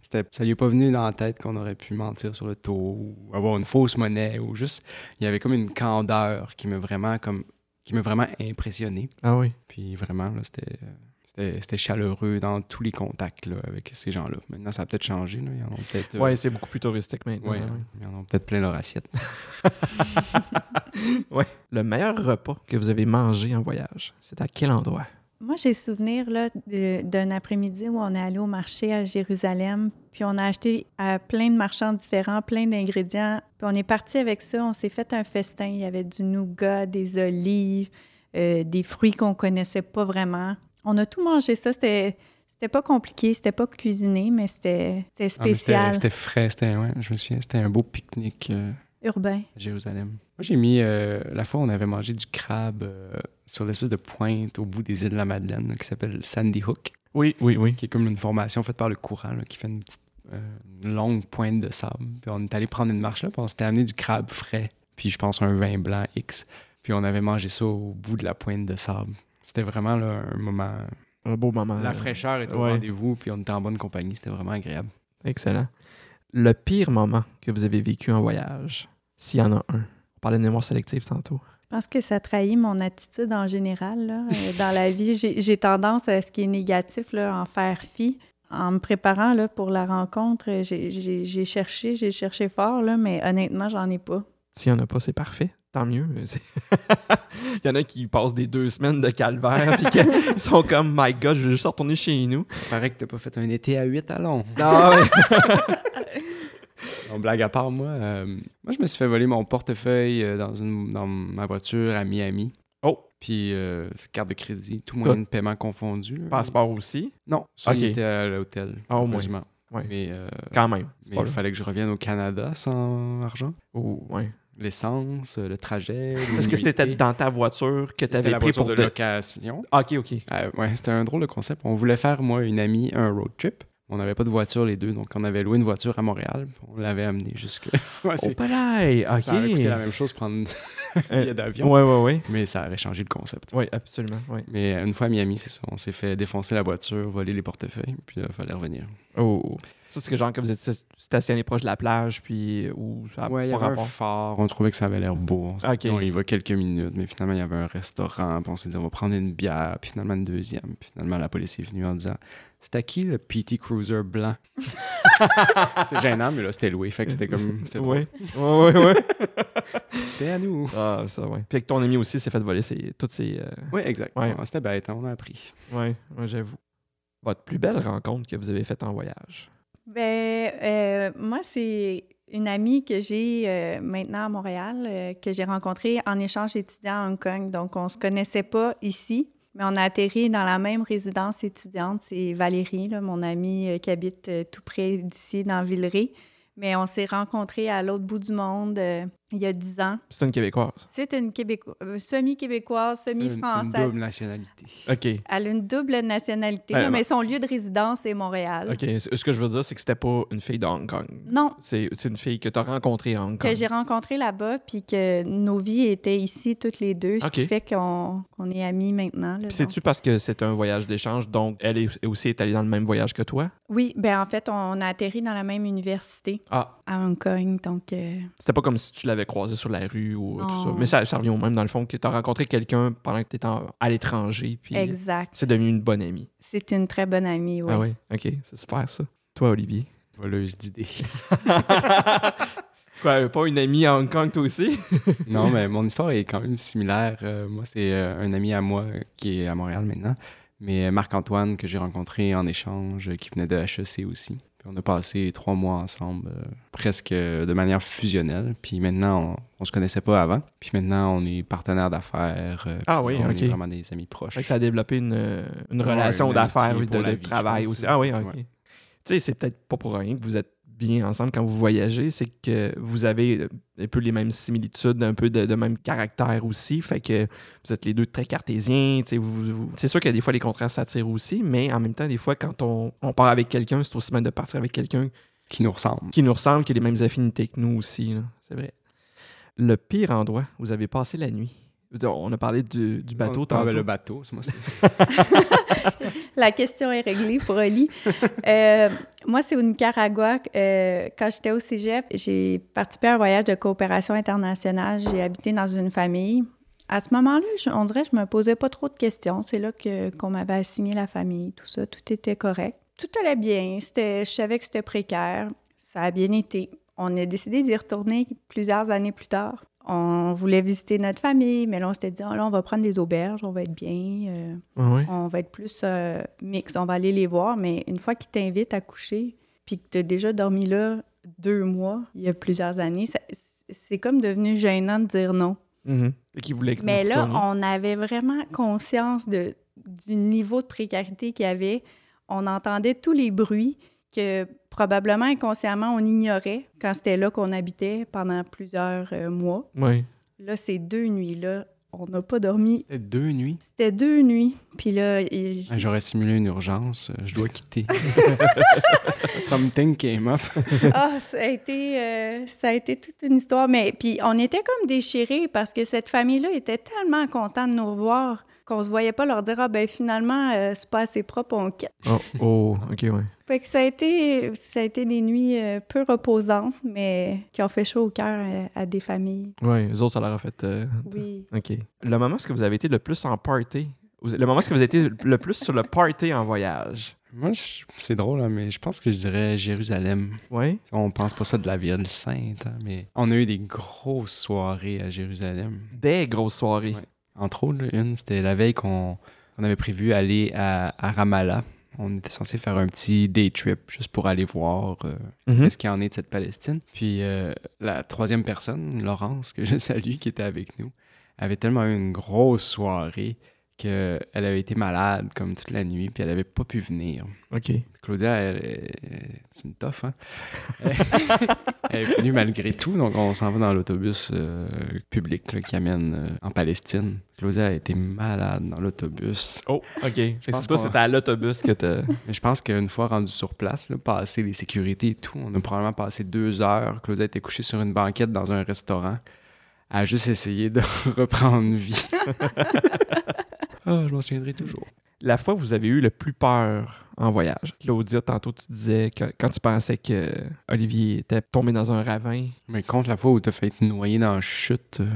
c'était- ça lui est pas venu dans la tête qu'on aurait pu mentir sur le taux ou avoir une fausse monnaie ou juste il y avait comme une candeur qui m'a vraiment comme qui m'a vraiment impressionné.
Ah oui.
Puis vraiment là, c'était c'était c'était chaleureux dans tous les contacts là, avec ces gens-là. Maintenant, ça a peut-être changé. Là. Ils en ont peut-être euh,
Ouais, c'est beaucoup plus touristique maintenant.
ouais,
ouais.
ils en ont peut-être plein leur assiette.
Le meilleur repas que vous avez mangé en voyage, c'est à quel endroit?
Moi, j'ai souvenir là, de- d'un après-midi où on est allé au marché à Jérusalem, puis on a acheté à plein de marchands différents, plein d'ingrédients. Puis on est parti avec ça, on s'est fait un festin. Il y avait du nougat, des olives, euh, des fruits qu'on connaissait pas vraiment. On a tout mangé ça. C'était c'était pas compliqué, c'était pas cuisiné, mais c'était c'était
Ah, mais c'était-
spécial,
C'était frais, c'était ouais, je me souviens, c'était un beau pique-nique. euh,
urbain.
Jérusalem. Moi, j'ai mis. euh, la fois, on avait mangé du crabe euh, sur l'espèce de pointe au bout des îles de la Madeleine là, qui s'appelle Sandy Hook,
Oui, oui, oui.
qui est comme une formation faite par le courant là, qui fait une petite euh, une longue pointe de sable. Puis on est allé prendre une marche là, puis on s'était amené du crabe frais, puis je pense un vin blanc X. Puis on avait mangé ça au bout de la pointe de sable. C'était vraiment là, un moment. euh,
Un beau moment.
La
là.
fraîcheur était au
ouais.
rendez-vous, puis on était en bonne compagnie. C'était vraiment agréable.
Excellent. Le pire moment que vous avez vécu en voyage, s'il y en a un. On parlait de mémoire sélective tantôt.
Je pense que ça trahit mon attitude en général. là. Euh, Dans la vie, j'ai j'ai tendance à ce qui est négatif, là, en faire fi. En me préparant là, pour la rencontre, euh, j'ai- j'ai j'ai cherché, j'ai cherché fort, là, mais honnêtement, j'en ai pas.
S'il n'y en a pas, c'est parfait. Tant mieux. C'est- Il y en a qui passent des deux semaines de calvaire puis qui sont comme My God, je vais juste retourner chez nous.
Paraît que t'as pas fait un été à 8 à long.
Non, ouais.
Non, blague à part, moi, euh, moi, je me suis fait voler mon portefeuille euh, dans, une, dans ma voiture à Miami.
Oh.
Puis, euh, c'est carte de crédit, tout moyen de paiement confondu. là.
Passeport aussi,
Non, ça,
Ok.
il était à l'hôtel,
Ah, au moins.
heureusement.
Ouais.
Mais, euh,
quand même. C'est
mais
pas
il
là.
fallait que je revienne au Canada sans argent.
Oh, ouais.
L'essence, euh, le trajet. les
Parce que c'était
nuitées.
dans ta voiture que tu
C'était
avais
la
pris
voiture
pour
de
te...
location.
Ah, OK, OK.
Euh, ouais, c'était un drôle de concept. On voulait faire, moi, une amie, un road trip. On n'avait pas de voiture les deux, donc on avait loué une voiture à Montréal. puis On l'avait amenée jusque.
Oh,
Ouais, c'est-
palais, OK. Euh,
Ça aurait coûté la même chose prendre un billet d'avion.
Ouais, ouais, ouais.
Mais ça aurait changé le concept.
Oui, absolument. Ouais.
Mais euh, une fois à Miami, c'est ça. On s'est fait défoncer la voiture, voler les portefeuilles, puis là, il fallait revenir.
Oh. Ça, c'est que genre que vous êtes stationné proche de la plage, puis. Ou ça a
ouais, il y
pas
avait un
Ah, rapport.
phare. On trouvait que ça avait l'air beau. On, s'est
Ok.
dit, on y va quelques minutes, mais finalement, il y avait un restaurant. Puis on s'est dit, on va prendre une bière, puis finalement, une deuxième. Puis finalement, la police est venue en disant, c'était à qui le PT Cruiser blanc C'est gênant, mais là, c'était loué. Fait que c'était comme. c'est drôle.
Oui, oui, oui.
C'était à nous.
Ah, ça, ouais. Puis que ton ami aussi s'est fait voler ses, toutes ses. euh,
Oui, exact.
Ouais.
C'était bête, hein, on a appris.
Ouais, ouais, j'avoue. Votre plus belle rencontre que vous avez faite en voyage.
Ben, euh, moi, c'est une amie que j'ai euh, maintenant à Montréal, euh, que j'ai rencontrée en échange étudiant à Hong Kong. Donc, on se connaissait pas ici, mais on a atterri dans la même résidence étudiante. C'est Valérie, là, mon amie euh, qui habite euh, tout près d'ici, dans Villeray. Mais on s'est rencontrés à l'autre bout du monde euh, il y a dix ans.
C'est une Québécoise.
C'est une Québéco- euh, semi-québécoise,
Une- une
semi-française.
double nationalité.
OK.
Elle a une double nationalité,
Ben,
là,
ben.
mais son lieu de résidence est
Ah.
Montréal.
OK. Ce ce que je veux dire, c'est que c'était pas une fille de Hong Kong.
Non,
C'est c'est une fille que tu as rencontrée à Hong Kong.
que j'ai rencontré là-bas, puis que nos vies étaient ici toutes les deux, ce
Ok.
qui fait qu'on qu'on est amis maintenant. là,
Puis
donc.
c'est-tu parce que c'est un voyage d'échange, donc elle est aussi est allée dans le même voyage que toi?
Oui, ben en fait, on a atterri dans la même université
Ah,
à Hong Kong, donc euh,
c'était pas comme si tu l'avais croisée sur la rue ou euh, tout ça.
Non.
Mais ça, ça revient au même, dans le fond, que tu as rencontré quelqu'un pendant que tu étais en- à l'étranger, puis euh,
exact.
c'est devenu une bonne amie.
C'est une très bonne amie, oui.
Ah oui? OK. C'est super, ça. Toi, Olivier?
Voleuse d'idées.
Quoi, Ben, pas une amie à Hong Kong, toi aussi?
Non, mais mon histoire est quand même similaire. Euh, moi, c'est euh, un ami à moi euh, qui est à Montréal maintenant, mais euh, Marc-Antoine que j'ai rencontré en échange, euh, qui venait de HEC aussi. Puis on a passé trois mois ensemble, euh, presque euh, de manière fusionnelle. Puis maintenant, on, on se connaissait pas avant. Puis maintenant, on est partenaires d'affaires. euh,
Ah
puis
oui,
on
ok.
est vraiment des amis proches.
Fait que ça a développé une, euh, une
Ouais,
relation
une
d'affaires,
amitié
oui, de,
pour la
de
vie, je
travail
pense,
aussi.
là.
Ah oui, ok.
Ouais.
Tu sais, c'est peut-être pas pour rien que vous êtes bien ensemble quand vous voyagez, c'est que vous avez euh, un peu les mêmes similitudes, un peu de, de même caractère aussi. Fait que vous êtes les deux très cartésiens. tu sais, vous- vous- C'est sûr que des fois, les contraires s'attirent aussi, mais en même temps, des fois, quand on, on part avec quelqu'un, c'est aussi bien de partir avec quelqu'un
Qui nous ressemble.
qui nous ressemble, qui a les mêmes affinités que nous aussi. là. C'est vrai. Le pire endroit où vous avez passé la nuit, Je veux dire, on a parlé du, du bateau
On- ah,
tantôt.
ben, le bateau, c'est moi. c'est-
La question est réglée pour Oli. Euh, moi, c'est au Nicaragua. Euh, quand j'étais au cégep, j'ai participé à un voyage de coopération internationale. J'ai habité dans une famille. À ce moment-là, je- on dirait que je me posais pas trop de questions. C'est là que, qu'on m'avait assigné la famille, tout ça. Tout était correct. Tout allait bien. C'était, je savais que c'était précaire. Ça a bien été. On a décidé d'y retourner plusieurs années plus tard. On voulait visiter notre famille, mais là, on s'était dit, Ah, là, on va prendre des auberges, on va être bien. euh,
Ouais, ouais.
on va être plus euh, mix. On va aller les voir, mais une fois qu'ils t'invitent à coucher, puis que tu as déjà dormi là deux mois, il y a plusieurs années, ça- c'est comme devenu gênant de dire non.
Mhm. Et qui voulait que vous
Mais là,
retourniez.
on avait vraiment conscience de, du niveau de précarité qu'il y avait. On entendait tous les bruits que probablement inconsciemment on ignorait quand c'était là qu'on habitait pendant plusieurs euh, mois.
Ouais.
Là, ces deux nuits-là, on n'a pas dormi.
C'était deux nuits.
C'était deux nuits. Puis là, il-
Ah, J'aurais simulé une urgence. euh, Je dois quitter. Something came up.
Ah, ça a été, euh, ça a été toute une histoire. Mais puis on était comme déchirés parce que cette famille-là était tellement contente de nous revoir qu'on se voyait pas leur dire ah ben finalement euh, c'est pas assez propre on quitte.
Oh, oh, ok, ouais.
Fait que ça a été, ça a été des nuits euh, peu reposantes mais qui ont fait chaud au cœur euh, à, des familles.
Ouais, eux autres, ça leur a fait. euh,
Oui.
OK. Le moment où est-ce que vous avez été le plus en party, vous- le moment où est-ce que vous avez été le plus sur le party en voyage.
Moi, je- c'est drôle, hein, mais je pense que je dirais Jérusalem.
Oui?
On pense pas ça de la ville sainte, hein, mais on a eu des grosses soirées à Jérusalem.
Des grosses soirées.
Ouais. Entre autres, une, c'était la veille qu'on qu'on avait prévu aller à, à Ramallah. On était censé faire un petit day trip juste pour aller voir euh,
Mhm.
qu'est-ce qu'il en est de cette Palestine. Puis euh, la troisième personne, Laurence, que je salue, qui était avec nous, avait tellement eu une grosse soirée qu'elle avait été malade comme toute la nuit, puis elle n'avait pas pu venir.
OK.
Claudia, elle, elle- c'est une toffe, hein? elle est venue malgré tout, donc on s'en va dans l'autobus euh, public là, qui amène euh, en Palestine. Claudia a été malade dans l'autobus.
Oh, OK. Fait que
pense
c'est toi,
qu'on-
c'était à l'autobus que t'as.
Mais je pense qu'une fois rendu sur place, là, passé les sécurités et tout, on a probablement passé deux heures. Claudia était couchée sur une banquette dans un restaurant. Elle a juste essayé de reprendre vie. Ah, je m'en souviendrai toujours.
La fois où vous avez eu le plus peur en voyage. Claudia, tantôt, tu disais que quand tu pensais que Olivier était tombé dans un ravin.
Mais compte la fois où t'as failli te noyer dans la chute euh,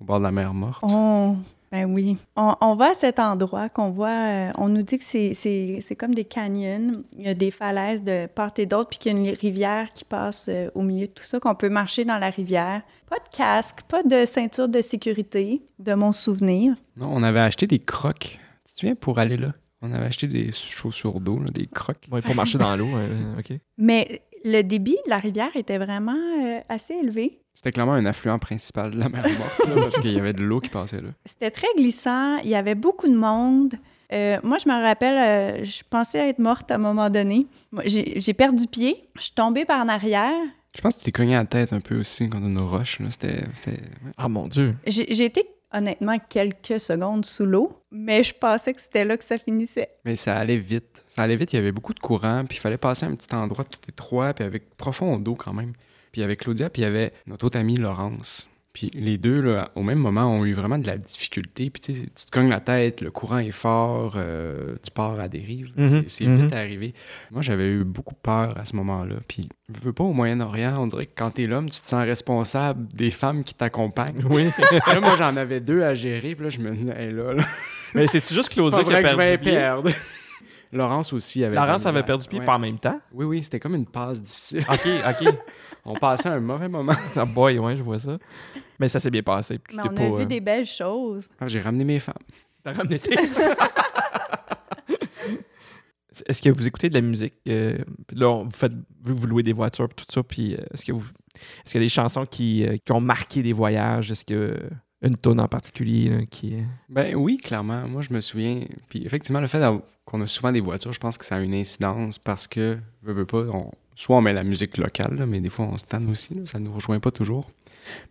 au bord de la mer morte.
On, ben oui. On, on va à cet endroit qu'on voit, euh, on nous dit que c'est- c'est c'est comme des canyons. Il y a des falaises de part et d'autre, puis qu'il y a une rivière qui passe euh, au milieu de tout ça, qu'on peut marcher dans la rivière. Pas de casque, pas de ceinture de sécurité, de mon souvenir.
Non, on avait acheté des crocs. Tu te souviens pour aller là? On avait acheté des chaussures d'eau, là, des crocs.
Ouais, pour marcher dans l'eau. euh, OK.
Mais le débit de la rivière était vraiment euh, assez élevé.
C'était clairement un affluent principal de la mer morte, là, parce qu'il y avait de l'eau qui passait là.
C'était très glissant, il y avait beaucoup de monde. Euh, moi, je me rappelle, euh, je pensais être morte à un moment donné. Moi, J'ai j'ai perdu pied, je suis tombée par en arrière.
Je pense que tu t'es cogné la tête un peu aussi contre une roche. Là. C'était, c'était- ouais.
Ah, mon Dieu.
J'ai j'ai été honnêtement quelques secondes sous l'eau, mais je pensais que c'était là que ça finissait.
Mais ça allait vite. Ça allait vite, il y avait beaucoup de courant, puis il fallait passer un petit endroit tout étroit, puis avec profond d'eau quand même. Puis avec Claudia, puis il y avait notre autre amie Laurence. Puis les deux, là, au même moment, ont eu vraiment de la difficulté. Puis tu sais, tu te cognes la tête, le courant est fort, euh, tu pars à dérive.
Mhm,
C'est, c'est
mhm.
vite arrivé. Moi, j'avais eu beaucoup peur à ce moment-là. Puis, je veux pas au Moyen-Orient, on dirait que quand t'es l'homme, tu te sens responsable des femmes qui t'accompagnent.
Oui.
là, moi, j'en avais deux à gérer, puis là, je me disais, Hey, là, là,
Mais c'est juste Claudia
c'est
qui a
vrai que je vais
perdu pied.
perdre. Laurence aussi avait.
Laurence
de la
avait
misère.
perdu pied
Ouais.
pas en même temps.
Oui, oui, c'était comme une passe difficile.
OK, OK.
On passait un mauvais moment.
Ah boy, ouais, je vois ça. Mais ça s'est bien passé. puis tu
Mais
t'es
on
pas,
a vu
euh,
des belles choses.
Ah, J'ai ramené mes femmes.
T'as ramené tes- Est-ce que vous écoutez de la musique? euh, puis là, on- vous faites, vu que vous louez des voitures puis tout ça, puis euh, est-ce que vous, est-ce qu'il y a des chansons qui, euh, qui ont marqué des voyages? Est-ce que euh, une tune en particulier là, qui, euh,
Ben oui, clairement. Moi, je me souviens. Puis effectivement, le fait d'av- qu'on a souvent des voitures, je pense que ça a une incidence parce que, veux, veux pas, on- soit on met la musique locale, là, mais des fois on se tanne aussi. là, ça nous rejoint pas toujours.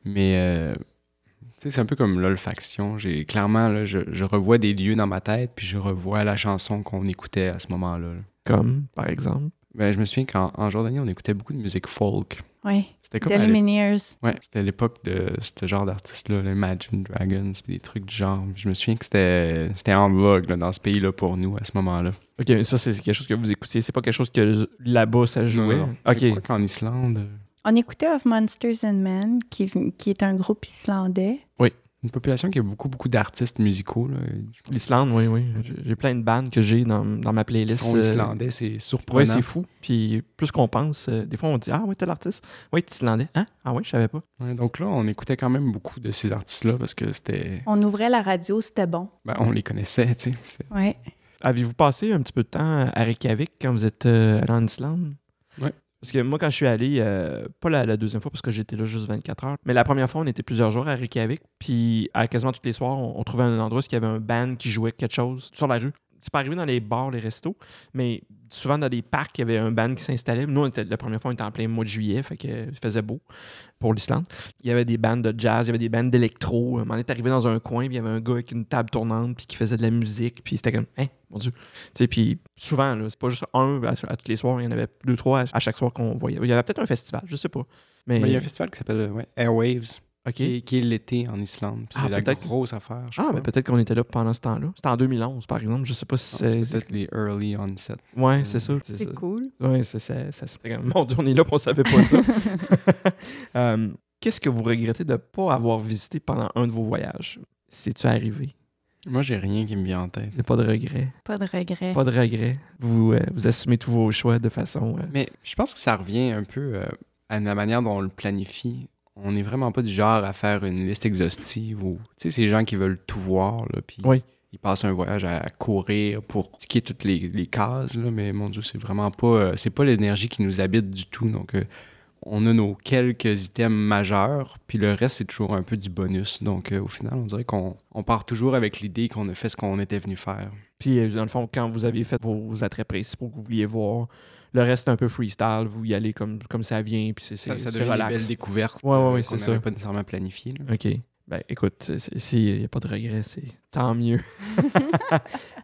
Mais, euh, tu sais, c'est un peu comme l'olfaction. J'ai clairement, là, je, je revois des lieux dans ma tête, puis je revois la chanson qu'on écoutait à ce moment-là. là.
comme par exemple?
Ben, je me souviens qu'en en Jordanie, on écoutait beaucoup de musique folk.
Oui.
C'était comme
The
à l'époque-
Lumineers.
Ouais, c'était l'époque de ce genre d'artistes-là, les Imagine Dragons, puis des trucs du genre. Je me souviens que c'était c'était en vogue là, dans ce pays-là pour nous à ce moment-là.
Ok, mais ça, c'est quelque chose que vous écoutiez. C'est pas quelque chose que là-bas, ça jouait.
Non, non. Mais
Ok.
quoi qu'en Islande, euh,
On écoutait Of Monsters and Men, qui, qui est un groupe islandais.
une population qui a beaucoup, beaucoup d'artistes musicaux. Là, je pense
L'Islande, oui, oui. J'ai- J'ai plein de bandes que j'ai dans, dans ma
qu'ils
playlist.
sont
euh,
islandais, c'est surprenant.
Ouais, c'est fou. Puis plus qu'on pense, euh, des fois on dit Ah ouais, tel artiste. Ouais, t'es Islandais. Hein? Ah ouais, je savais pas.
Ouais, donc là, on écoutait quand même beaucoup de ces artistes-là parce que c'était.
On ouvrait la radio, c'était bon.
ben, on les connaissait, tu sais. C'est-
Ouais.
Avez-vous passé un petit peu de temps à Reykjavik quand vous êtes euh, allé en Islande?
Ouais.
Parce que moi, quand je suis allé, euh, pas la, la deuxième fois parce que j'étais là juste 24 heures, mais la première fois, on était plusieurs jours à Reykjavik, puis à quasiment tous les soirs, on, on trouvait un endroit où il y avait un band qui jouait quelque chose sur la rue. C'est pas arrivé dans les bars, les restos, mais souvent dans les parcs, il y avait un band qui s'installait. Nous, on était- la première fois, on était en plein mois de juillet, fait que euh, il faisait beau pour l'Islande. Il y avait des bandes de jazz, il y avait des bandes d'électro. On est arrivé dans un coin, puis il y avait un gars avec une table tournante, puis qui faisait de la musique, puis c'était comme, hein, mon Dieu. Tu sais, puis souvent, là, c'est pas juste un ben, à, à tous les soirs, il y en avait deux, trois à, à chaque soir qu'on voyait. Il y avait peut-être un festival, je sais pas. Mais,
Ben, il y a un festival qui s'appelle euh, ouais, Airwaves,
OK.
qui, est- qui est l'été en Islande. puis
Ah,
C'est la
peut-être-
grosse affaire. je
Ah,
crois.
mais peut-être qu'on était là pendant ce temps-là. C'était en 2011, par exemple. Je sais pas si
Ah,
c'est.
peut-être les early onset.
Ouais, c'est ça. c'est ça.
C'est cool.
Ouais, c'est ça. ça- c'est comme, Mon Dieu, on est là, puis on savait pas ça. Euh, Qu'est-ce que vous regrettez de ne pas avoir visité pendant un de vos voyages? Si tu arrivé,
Moi, j'ai rien qui me vient en tête.
il n'y a pas de regret.
Pas de regret.
Pas de regret. Vous, euh, vous assumez tous vos choix de façon. euh,
Mais je pense que ça revient un peu euh, à la manière dont on le planifie. On n'est vraiment pas du genre à faire une liste exhaustive ou, tu sais, ces gens qui veulent tout voir, là, puis
Oui.
ils passent un voyage à courir pour tiquer toutes les, les cases, là, mais mon Dieu, c'est vraiment pas, euh, c'est pas l'énergie qui nous habite du tout. Donc, euh, on a nos quelques items majeurs, puis le reste, c'est toujours un peu du bonus. Donc, euh, au final, on dirait qu'on on part toujours avec l'idée qu'on a fait ce qu'on était venu faire.
Puis, euh, dans le fond, quand vous avez fait vos attraits principaux que vous vouliez voir, le reste, c'est un peu freestyle. Vous y allez comme, comme ça vient, puis c'est-
Ça,
c'est
ça
c'est
devient
relax.
des belles découvertes
Ouais, ouais,
euh,
ouais,
qu'on
c'est ça.
n'avait pas nécessairement planifiées. là.
OK. Ben, écoute, s'il n'y a pas de regret, c'est tant mieux.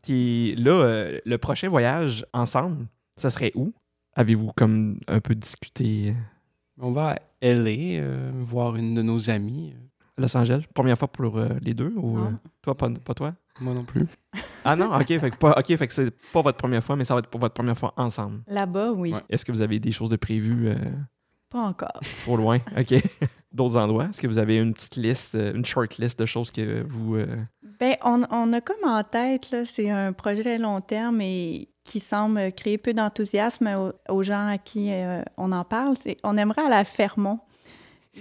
Puis là, euh, le prochain voyage ensemble, ça serait où? Avez-vous comme un peu discuté euh,
On va à LA euh, voir une de nos amies.
euh, Los Angeles? Première fois pour euh, les deux? Ou,
Non.
euh, toi, pas, pas toi?
euh, Moi non plus.
Ah non? OK, fait que, pas, ok, fait que c'est pas votre première fois, mais ça va être pour votre première fois ensemble.
Là-bas, oui.
Ouais.
Est-ce que vous avez des choses de prévues euh,
Pas encore.
pour loin? OK. D'autres endroits? Est-ce que vous avez une petite liste, euh, une short list de choses que vous... euh,
Ben, on, on a comme en tête, là, c'est un projet à long terme et qui semble créer peu d'enthousiasme aux, aux gens à qui euh, on en parle. C'est, on aimerait aller à Fermont.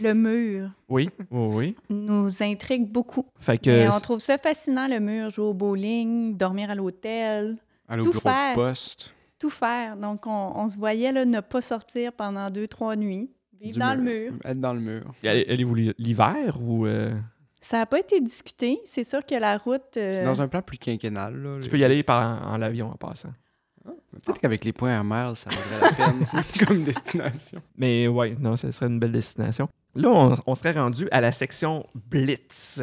Le mur
Oui, oui, oui.
nous intrigue beaucoup.
Fait que...
Mais on trouve ça fascinant, le mur, jouer au bowling, dormir à l'hôtel,
Aller
au Tout bureau de faire.
poste.
tout faire. Donc, on, on se voyait là, ne pas sortir pendant deux, trois nuits, vivre dans le mur.
Être dans le mur.
Allez- Allez-vous l'hi- l'hiver ou... euh,
Ça n'a pas été discuté. C'est sûr que la route. euh,
C'est dans un plan plus quinquennal. là,
Tu
le-
peux y aller par en, en l'avion en passant.
Peut-être qu'avec les points à mer, ça vaudrait la peine tu sais, comme destination.
Mais ouais, non, ce serait une belle destination. Là, on, on serait rendu à la section Blitz.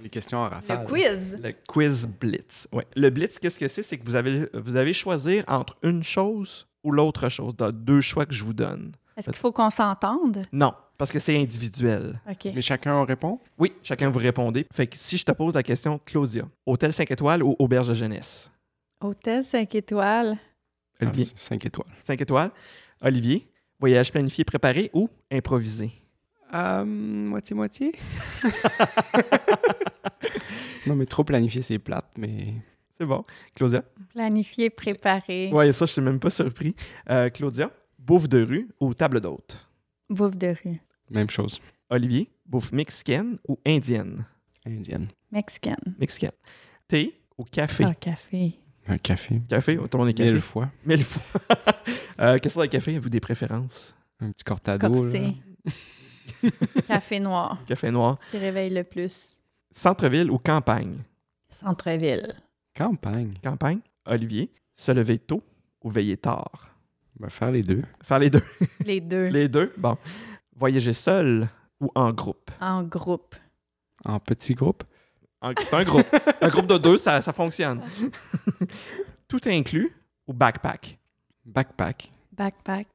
Les questions en
Le
rafale.
quiz.
Le quiz Blitz. Ouais. Le Blitz, qu'est-ce que c'est? C'est que vous avez, vous avez choisir entre une chose ou l'autre chose, dans deux choix que je vous donne.
Est-ce qu'il faut qu'on s'entende?
Non, parce que c'est individuel.
OK.
Mais chacun on répond.
Oui, chacun vous répondez. Fait que si je te pose la question, Claudia, hôtel 5 étoiles ou auberge de jeunesse?
Hôtel 5 étoiles.
Olivier,
5 Ah, étoiles.
5 étoiles. Olivier, voyage planifié préparé ou improvisé?
Euh, Moitié-moitié. non, mais trop planifié, c'est plate, mais.
C'est bon. Claudia?
Planifié, préparé.
Ouais, ça, je suis même pas surpris. Euh, Claudia, bouffe de rue ou table d'hôte?
Bouffe de rue.
Même chose.
Olivier, bouffe mexicaine ou indienne?
Indienne.
Mexicaine.
Mexicaine. Thé ou café?
Mm. Ah, café.
Un café.
Café, tout le monde est café.
Mille fois.
Mille fois. euh, question de café, avez-vous des préférences?
Un petit cortado. là.
Corsé. café noir.
Café noir.
Qui réveille le plus.
Centre-ville ou campagne?
Centre-ville.
Campagne.
Campagne. Olivier, se lever tôt ou veiller tard?
On va faire les deux.
Faire les deux.
Les deux
Les deux, bon. Voyager seul ou en groupe?
en groupe.
en petit groupe.
En- C'est un groupe. un groupe de deux, ça, ça fonctionne. Tout inclus au backpack.
Backpack.
Backpack.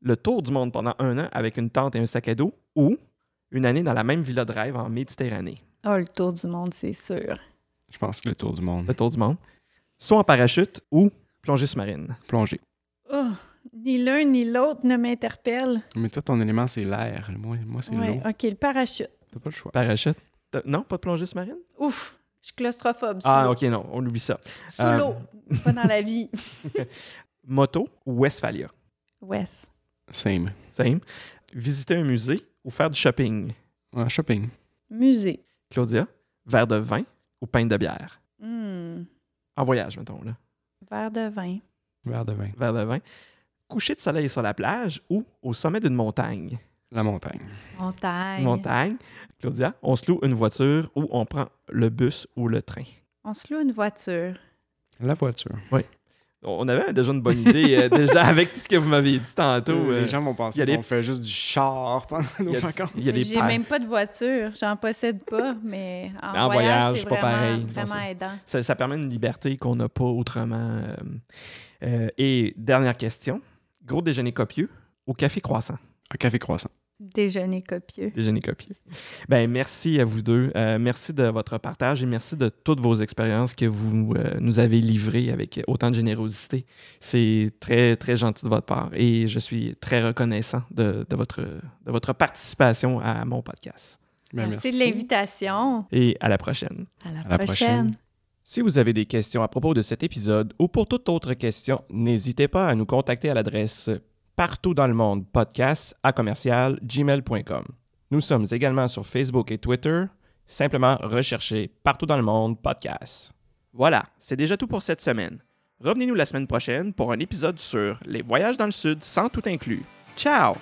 Le tour du monde pendant un an avec une tente et un sac à dos ou une année dans la même villa de rêve en Méditerranée.
Oh, le tour du monde, c'est sûr.
Je pense que le tour du monde.
Le tour du monde. Soit en parachute ou plongée sous-marine.
Plongée.
Oh, ni l'un ni l'autre ne m'interpelle.
Mais toi, ton élément, c'est l'air. Moi, moi c'est
Ouais,
l'eau.
OK, le parachute.
T'as pas le choix.
Parachute? T'as- Non, pas de plongée sous-marine?
Ouf, je suis claustrophobe. sous
Ah,
l'eau.
ok, non, on oublie ça.
Sous
Euh.
l'eau, pas dans la vie.
Moto ou Westphalia?
Wes.
Same.
Same. Visiter un musée ou faire du shopping?
Ouais, shopping.
Musée.
Claudia, verre de vin ou pain de bière?
Hmm,
En voyage, mettons, là.
Verre de vin.
Verre de vin.
Verre de vin. Coucher de soleil sur la plage ou au sommet d'une montagne?
La montagne.
Montagne.
Montagne. Claudia, on se loue une voiture ou on prend le bus ou le train?
On se loue une voiture.
La voiture.
On avait déjà une bonne idée, euh, déjà, avec tout ce que vous m'aviez dit tantôt. euh,
les gens vont penser
y a des-
qu'on fait juste du char pendant nos
y a-
vacances.
Il y a des
J'ai
pa-
même pas de voiture. J'en possède pas, mais en,
En voyage,
voyage,
c'est
c'est
pas
vraiment,
pareil. Non,
vraiment
c'est-
aidant.
Ça, ça permet une liberté qu'on n'a pas autrement. euh, euh, et dernière question. Gros déjeuner copieux au café croissant?
Un café croissant.
Déjeuner copieux.
Déjeuner copieux. Ben, merci à vous deux. Euh, merci de votre partage et merci de toutes vos expériences que vous euh, nous avez livrées avec autant de générosité. C'est très, très gentil de votre part et je suis très reconnaissant de, de votre, de votre participation à mon podcast.
Ben,
merci, de l'invitation.
Et à la prochaine.
À la,
À la prochaine.
prochaine.
Si vous avez des questions à propos de cet épisode ou pour toute autre question, n'hésitez pas à nous contacter à l'adresse partout dans le monde podcast à commercial gmail.com. Nous sommes également sur Facebook et Twitter. Simplement recherchez partout dans le monde podcast.
Voilà, c'est déjà tout pour cette semaine. Revenez-nous la semaine prochaine pour un épisode sur les voyages dans le Sud sans tout inclus. Ciao!